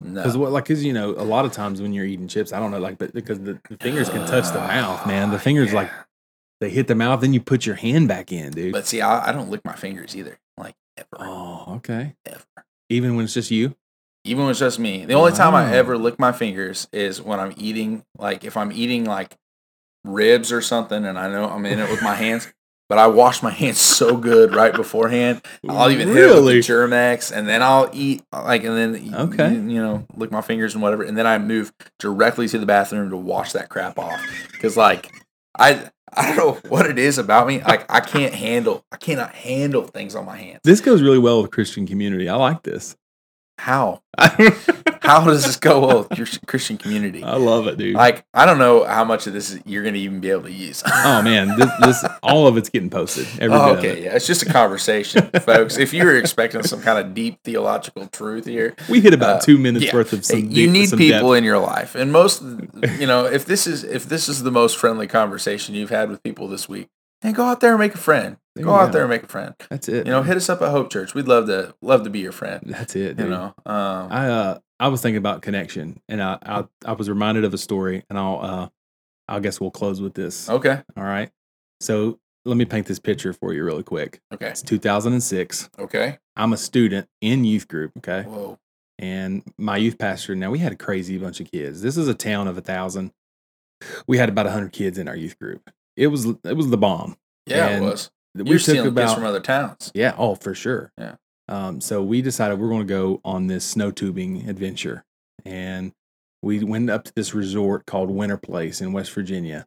Speaker 2: No.
Speaker 1: Because what, like, because you know, a lot of times when you're eating chips, I don't know, like, but because the, the fingers can touch the mouth, man. The fingers like
Speaker 2: Ah, Yeah.
Speaker 1: they hit the mouth, then you put your hand back in, dude.
Speaker 2: But see, I, I don't lick my fingers either. Like ever.
Speaker 1: oh, okay.
Speaker 2: Ever.
Speaker 1: Even when it's just you,
Speaker 2: Even when it's just me. The only time I
Speaker 1: Wow.
Speaker 2: ever lick my fingers is when I'm eating, like if I'm eating like ribs or something and I know I'm in it with my
Speaker 1: *laughs*
Speaker 2: hands. But I wash my hands so good right beforehand. I'll even hit it with the Germex, and then I'll eat like, and then y-
Speaker 1: Okay.
Speaker 2: you, know, lick my fingers and whatever, and then I move directly to the bathroom to wash that crap off because like I I don't know what it is about me. Like I can't handle I cannot handle things on my hands.
Speaker 1: This goes really well with Christian community. I like this. *laughs*
Speaker 2: How
Speaker 1: I
Speaker 2: how does this go well with your Christian community?
Speaker 1: love it, dude.
Speaker 2: Like I don't know how much of this is, you're gonna even be able to use.
Speaker 1: oh
Speaker 2: *laughs*
Speaker 1: man, this, this all of it's getting posted. Every
Speaker 2: Oh,
Speaker 1: bit of
Speaker 2: okay,
Speaker 1: it.
Speaker 2: yeah, it's just a
Speaker 1: *laughs*
Speaker 2: conversation, folks. If you were expecting some kind of deep theological truth here,
Speaker 1: We hit about
Speaker 2: Uh,
Speaker 1: two minutes
Speaker 2: yeah.
Speaker 1: worth of some.
Speaker 2: you
Speaker 1: deep-
Speaker 2: need
Speaker 1: some
Speaker 2: people
Speaker 1: depth.
Speaker 2: in your life and most you know if this is if this is the most friendly conversation you've had with people this week then go out there and make a friend
Speaker 1: There
Speaker 2: go
Speaker 1: you
Speaker 2: out
Speaker 1: go.
Speaker 2: there and make a friend
Speaker 1: That's it.
Speaker 2: you know hit us up at hope church we'd love to love to be your friend
Speaker 1: that's it.
Speaker 2: you
Speaker 1: dude.
Speaker 2: know um
Speaker 1: I uh I was thinking about connection, and I I, I was reminded of a story, and I'll uh I guess we'll close with this.
Speaker 2: okay
Speaker 1: All right. So let me paint this picture for you really quick.
Speaker 2: okay
Speaker 1: It's 2006.
Speaker 2: okay
Speaker 1: I'm a student in youth group. Okay.
Speaker 2: whoa
Speaker 1: And my youth pastor. Now we had a crazy bunch of kids. This is a town of a thousand. We had about hundred kids in our youth group. It was it was the bomb.
Speaker 2: yeah
Speaker 1: And
Speaker 2: it was
Speaker 1: We
Speaker 2: you're stealing kids from other towns
Speaker 1: yeah. Oh, for sure.
Speaker 2: Yeah.
Speaker 1: Um, so we decided we're going to go on this snow tubing adventure, and we went up to this resort called Winter Place in West Virginia,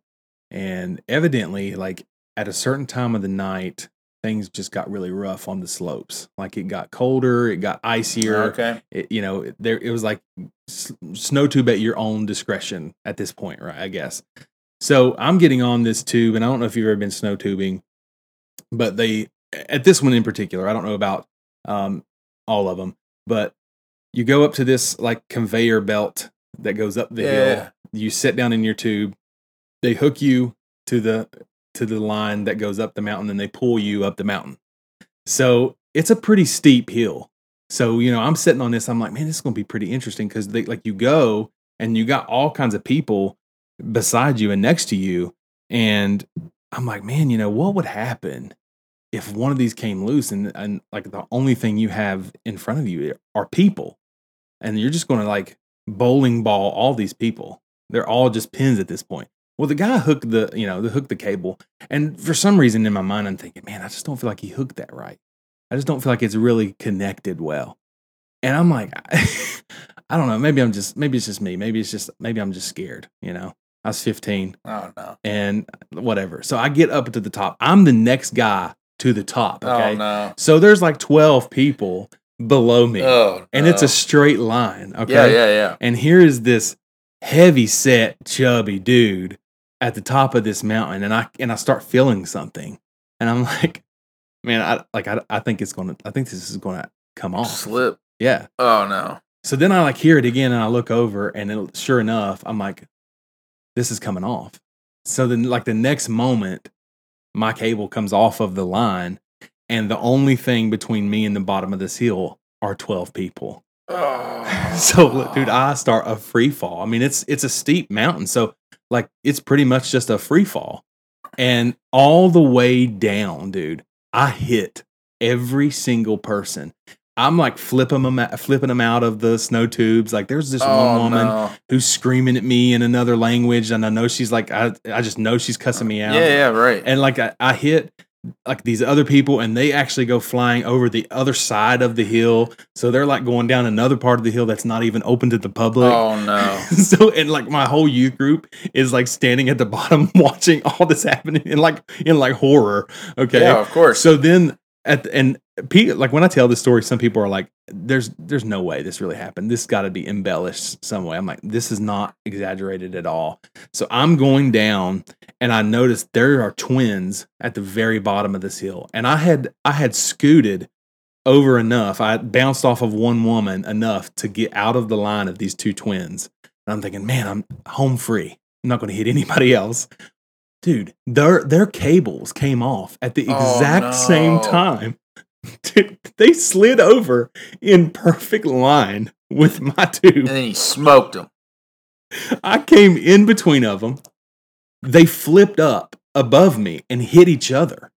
Speaker 1: and evidently, like at a certain time of the night, things just got really rough on the slopes. Like it got colder, it got icier.
Speaker 2: okay
Speaker 1: It, you know, it- there it was like s- snow tube at your own discretion at this point, right? I guess. So I'm getting on this tube, and I don't know if you've ever been snow tubing, but they at this one in particular, I don't know about um, all of them, but you go up to this like conveyor belt that goes up the
Speaker 2: yeah
Speaker 1: hill. You sit down in your tube. They hook you to the to the line that goes up the mountain, and they pull you up the mountain. So it's a pretty steep hill, So, you know, I'm sitting on this. I'm like, man, this is going to be pretty interesting because, like, you go and you got all kinds of people beside you and next to you. And I'm like, man, you know, what would happen if one of these came loose and, and like the only thing you have in front of you are people and you're just going to like bowling ball all these people? They're all just pins at this point. Well, the guy hooked the, you know, the hooked the cable. And for some reason in my mind, I'm thinking, man, I just don't feel like he hooked that right. I just don't feel like it's really connected well. And I'm like, *laughs* I don't know. Maybe I'm just, maybe it's just me. Maybe it's just, maybe I'm just scared, you know? I was 15
Speaker 2: Oh no.
Speaker 1: and whatever. So I get up to the top. I'm the next guy to the top. Okay.
Speaker 2: Oh no.
Speaker 1: So there's like 12 people below me
Speaker 2: Oh.
Speaker 1: and it's a straight line. Okay.
Speaker 2: Yeah, yeah, yeah.
Speaker 1: And here is this heavy set, chubby dude at the top of this mountain, and I and I start feeling something, and I'm *laughs* like, man, I like I, I think it's gonna, I think this is gonna come off.
Speaker 2: Slip.
Speaker 1: Yeah.
Speaker 2: Oh no.
Speaker 1: So then I like hear it again, and I look over, and it, sure enough, I'm like, this is coming off. So then, like the next moment, my cable comes off of the line, and the only thing between me and the bottom of this hill are twelve people
Speaker 2: Oh.
Speaker 1: *laughs* *laughs* so look, dude i start a free fall i mean it's it's a steep mountain so like it's pretty much just a free fall and all the way down dude i hit every single person i'm like flipping them out, flipping them out of the snow tubes like there's this one
Speaker 2: Oh,
Speaker 1: woman
Speaker 2: no.
Speaker 1: who's screaming at me in another language and i know she's like i, I just know she's cussing me
Speaker 2: Yeah,
Speaker 1: out
Speaker 2: yeah, right.
Speaker 1: and like I, I hit like these other people and they actually go flying over the other side of the hill so they're like going down another part of the hill that's not even open to the public
Speaker 2: oh no.
Speaker 1: *laughs* so and like my whole youth group is like standing at the *laughs* bottom watching all this happening in like in like horror okay
Speaker 2: Yeah, of course.
Speaker 1: so then at the, and Pete, like when I tell this story, some people are like, "There's there's no way this really happened. This got to be embellished some way." I'm like, "This is not exaggerated at all." So I'm going down, and I noticed there are twins at the very bottom of this hill, and I had I had scooted over enough. I bounced off of one woman enough to get out of the line of these two twins, and I'm thinking, "Man, I'm home free. I'm not going to hit anybody else." dude their their cables came off at the
Speaker 2: Oh,
Speaker 1: exact same
Speaker 2: no.
Speaker 1: time *laughs* dude, they slid over in perfect line with my *laughs*
Speaker 2: and
Speaker 1: two
Speaker 2: then he smoked him.
Speaker 1: i came in between of them they flipped up above me and hit each other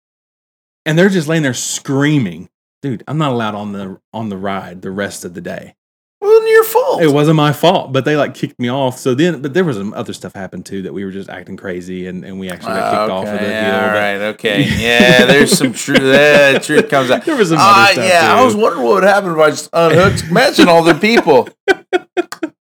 Speaker 1: and they're just laying there screaming dude i'm not allowed on the on the ride the rest of the day
Speaker 2: Well, then your fault.
Speaker 1: it wasn't my fault but they like kicked me off so then but there was some other stuff happened too that we were just acting crazy and, and we actually got kicked
Speaker 2: Ah, okay,
Speaker 1: off of the hill
Speaker 2: yeah, all
Speaker 1: but- *laughs*
Speaker 2: right, okay, yeah. There's some truth. That truth comes out.
Speaker 1: There was *laughs* some
Speaker 2: Ah,
Speaker 1: other stuff.
Speaker 2: yeah, I
Speaker 1: too.
Speaker 2: was wondering what would happen if I just unhooked. Imagine all
Speaker 1: *laughs*
Speaker 2: the people.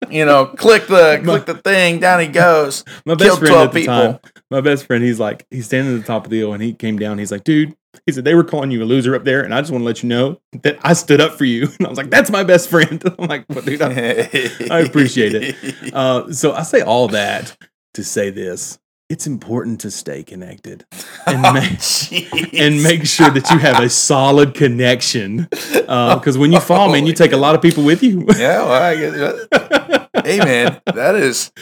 Speaker 2: You know, click the click the thing. Down he goes.
Speaker 1: my best
Speaker 2: killed
Speaker 1: friend
Speaker 2: 12
Speaker 1: at the
Speaker 2: people.
Speaker 1: time. My best friend, he's like, he's standing at the top of the hill, and he came down. He's like, dude, he said they were calling you a loser up there, and I just want to let you know that I stood up for you. *laughs* And I was like, that's my best friend. *laughs* I'm like, well, dude, *laughs*
Speaker 2: *laughs*
Speaker 1: I,
Speaker 2: I
Speaker 1: appreciate
Speaker 2: *laughs*
Speaker 1: it. uh, so I say all that to say this: it's important to stay connected and
Speaker 2: *laughs*
Speaker 1: ma- and make sure that you have a solid
Speaker 2: *laughs*
Speaker 1: connection. Because when you fall, man, you
Speaker 2: Holy
Speaker 1: take a lot of people with you.
Speaker 2: *laughs*
Speaker 1: *laughs*
Speaker 2: Yeah, well, I guess. hey, man, that is,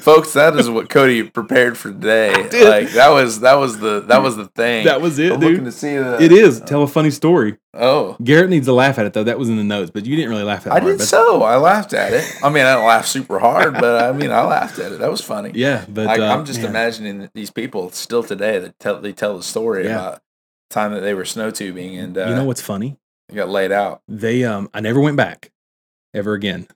Speaker 2: folks. That is what Cody prepared for today.
Speaker 1: did.
Speaker 2: Like that was that was the that was the thing.
Speaker 1: that was it,
Speaker 2: I'm looking Uh,
Speaker 1: dude.
Speaker 2: to see the.
Speaker 1: It is. Tell a funny story.
Speaker 2: Oh,
Speaker 1: Garrett needs to laugh at it though. That was in the notes, but you didn't really laugh at it.
Speaker 2: I did so. I laughed at it. I mean, I don't laugh super hard, but I mean, I laughed at it. That was funny.
Speaker 1: Yeah, but
Speaker 2: I,
Speaker 1: uh,
Speaker 2: I'm just
Speaker 1: man,
Speaker 2: imagining that these people still today that tell they tell the story
Speaker 1: Yeah.
Speaker 2: about the time that they were snow tubing and uh,
Speaker 1: You know what's funny?
Speaker 2: got laid out. *laughs*
Speaker 1: They um, I never went back ever again.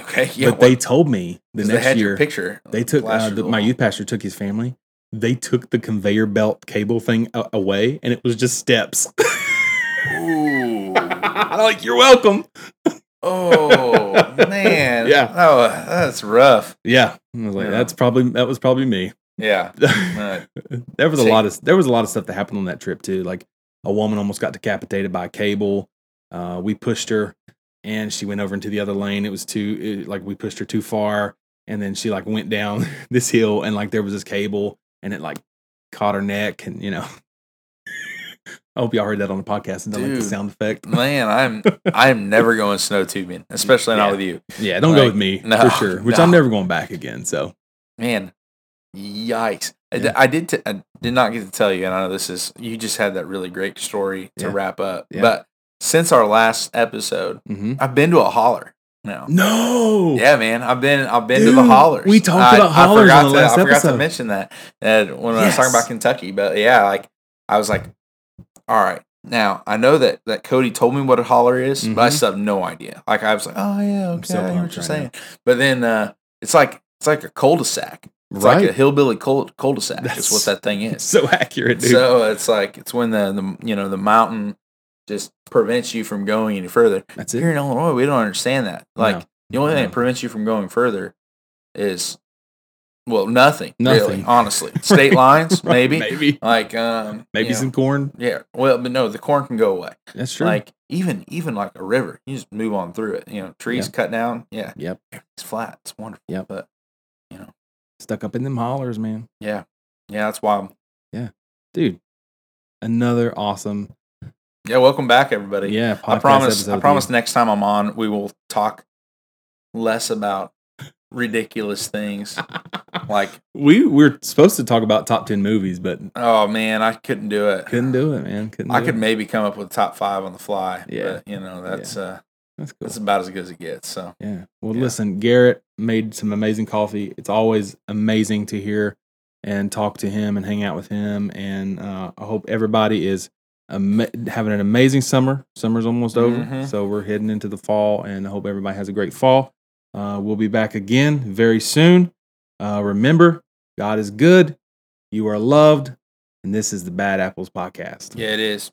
Speaker 2: Okay, yeah,
Speaker 1: but they told me the
Speaker 2: 'cause they
Speaker 1: next
Speaker 2: had your
Speaker 1: year
Speaker 2: picture.
Speaker 1: they took uh,
Speaker 2: plastered
Speaker 1: the, my
Speaker 2: all-
Speaker 1: youth pastor took his family. They took the conveyor belt cable thing a- away, and it was just
Speaker 2: *laughs*
Speaker 1: steps. *laughs*
Speaker 2: Ooh.
Speaker 1: I'm like, you're welcome. *laughs*
Speaker 2: Oh man.
Speaker 1: Yeah.
Speaker 2: Oh, that's rough.
Speaker 1: Yeah, I was like,
Speaker 2: Yeah.
Speaker 1: that's probably that was probably me. *laughs*
Speaker 2: Yeah.
Speaker 1: there
Speaker 2: Uh,
Speaker 1: was a
Speaker 2: See-
Speaker 1: lot of there was a lot of stuff that happened on that trip too. Like a woman almost got decapitated by a cable. Uh, we pushed her, and she went over into the other lane. It was too it, like we pushed her too far, and then she like went down *laughs* this hill, and like there was this cable, and it like caught her neck, and you know. I hope y'all heard that on the podcast and done like the
Speaker 2: Dude. Mm,
Speaker 1: sound effect.
Speaker 2: man, I'm I'm never going snow tubing, especially
Speaker 1: Yeah.
Speaker 2: not with you.
Speaker 1: Yeah, don't go
Speaker 2: Like,
Speaker 1: with me
Speaker 2: no,
Speaker 1: for sure. Which I'm
Speaker 2: no.
Speaker 1: never going back again. So
Speaker 2: Man, yikes! I d
Speaker 1: Yeah.
Speaker 2: I I, did. T- I did not get to tell you, and I know this is you just had that really great story to
Speaker 1: Yeah.
Speaker 2: wrap up,
Speaker 1: Yeah.
Speaker 2: but since our last episode,
Speaker 1: Mhm.
Speaker 2: I've been to a holler. No.
Speaker 1: No.
Speaker 2: Yeah, man, I've been I've been to
Speaker 1: Dude,
Speaker 2: the hollers.
Speaker 1: we talked
Speaker 2: I-
Speaker 1: about hollers
Speaker 2: I
Speaker 1: on
Speaker 2: forgot
Speaker 1: the
Speaker 2: to,
Speaker 1: last
Speaker 2: I forgot
Speaker 1: episode.
Speaker 2: to mention that that when I was
Speaker 1: Yes.
Speaker 2: talking about Kentucky, but yeah, like I was like, all right, now I know that that Cody told me what a holler is, but I
Speaker 1: Mhm.
Speaker 2: still have no idea. Like I was like, oh yeah, okay,
Speaker 1: so
Speaker 2: I hear
Speaker 1: pumped
Speaker 2: what you're
Speaker 1: right now.
Speaker 2: saying. But then uh, it's like it's like a cul-de-sac. It's
Speaker 1: right. *laughs*
Speaker 2: like a hillbilly cul- cul-de-sac. is
Speaker 1: That's-
Speaker 2: what that thing is.
Speaker 1: so accurate, *laughs* dude.
Speaker 2: So it's like it's when the, the you know the mountain just prevents you from going any further.
Speaker 1: That's
Speaker 2: Here
Speaker 1: it.
Speaker 2: in Illinois, we don't understand that. Like
Speaker 1: No.
Speaker 2: the only thing
Speaker 1: No.
Speaker 2: that prevents you from going further is well, nothing. Really,
Speaker 1: Nothing. *laughs*
Speaker 2: honestly, state lines
Speaker 1: Right,
Speaker 2: maybe.
Speaker 1: Maybe.
Speaker 2: Like um,
Speaker 1: Maybe
Speaker 2: you know,
Speaker 1: some corn.
Speaker 2: yeah. Well, but no, the corn can go away.
Speaker 1: That's true.
Speaker 2: Like even even like a river, you just move on through it. You know, trees
Speaker 1: Yeah.
Speaker 2: cut down. Yeah,
Speaker 1: Yep.
Speaker 2: it's flat. It's wonderful.
Speaker 1: Yep.
Speaker 2: But
Speaker 1: Stuck up in them hollers, man.
Speaker 2: yeah, yeah, that's wild.
Speaker 1: Dude. Another awesome.
Speaker 2: Yeah, welcome back, everybody.
Speaker 1: Yeah.
Speaker 2: I
Speaker 1: podcast
Speaker 2: promise.
Speaker 1: episode,
Speaker 2: I
Speaker 1: dude.
Speaker 2: promise. Next time I'm on, we will talk less about ridiculous things.
Speaker 1: *laughs*
Speaker 2: like,
Speaker 1: We were supposed to talk about top 10 movies, but
Speaker 2: oh man, I couldn't do it.
Speaker 1: couldn't do it, man. Couldn't
Speaker 2: I
Speaker 1: do
Speaker 2: could
Speaker 1: it.
Speaker 2: maybe come up with top five on the fly.
Speaker 1: Yeah.
Speaker 2: but, you know that's uh
Speaker 1: That's cool.
Speaker 2: that's about as good as it gets. So
Speaker 1: Yeah. Well,
Speaker 2: Yeah.
Speaker 1: listen, Garrett made some amazing coffee. It's always amazing to hear and talk to him and hang out with him. And uh, I hope everybody is ama- having an amazing summer. Summer's almost over.
Speaker 2: Mhm.
Speaker 1: So we're heading into the fall, and I hope everybody has a great fall. Uh, we'll be back again very soon. Uh, remember, God is good. You are loved. And this is the Bad Apples Podcast.
Speaker 2: yeah, it is.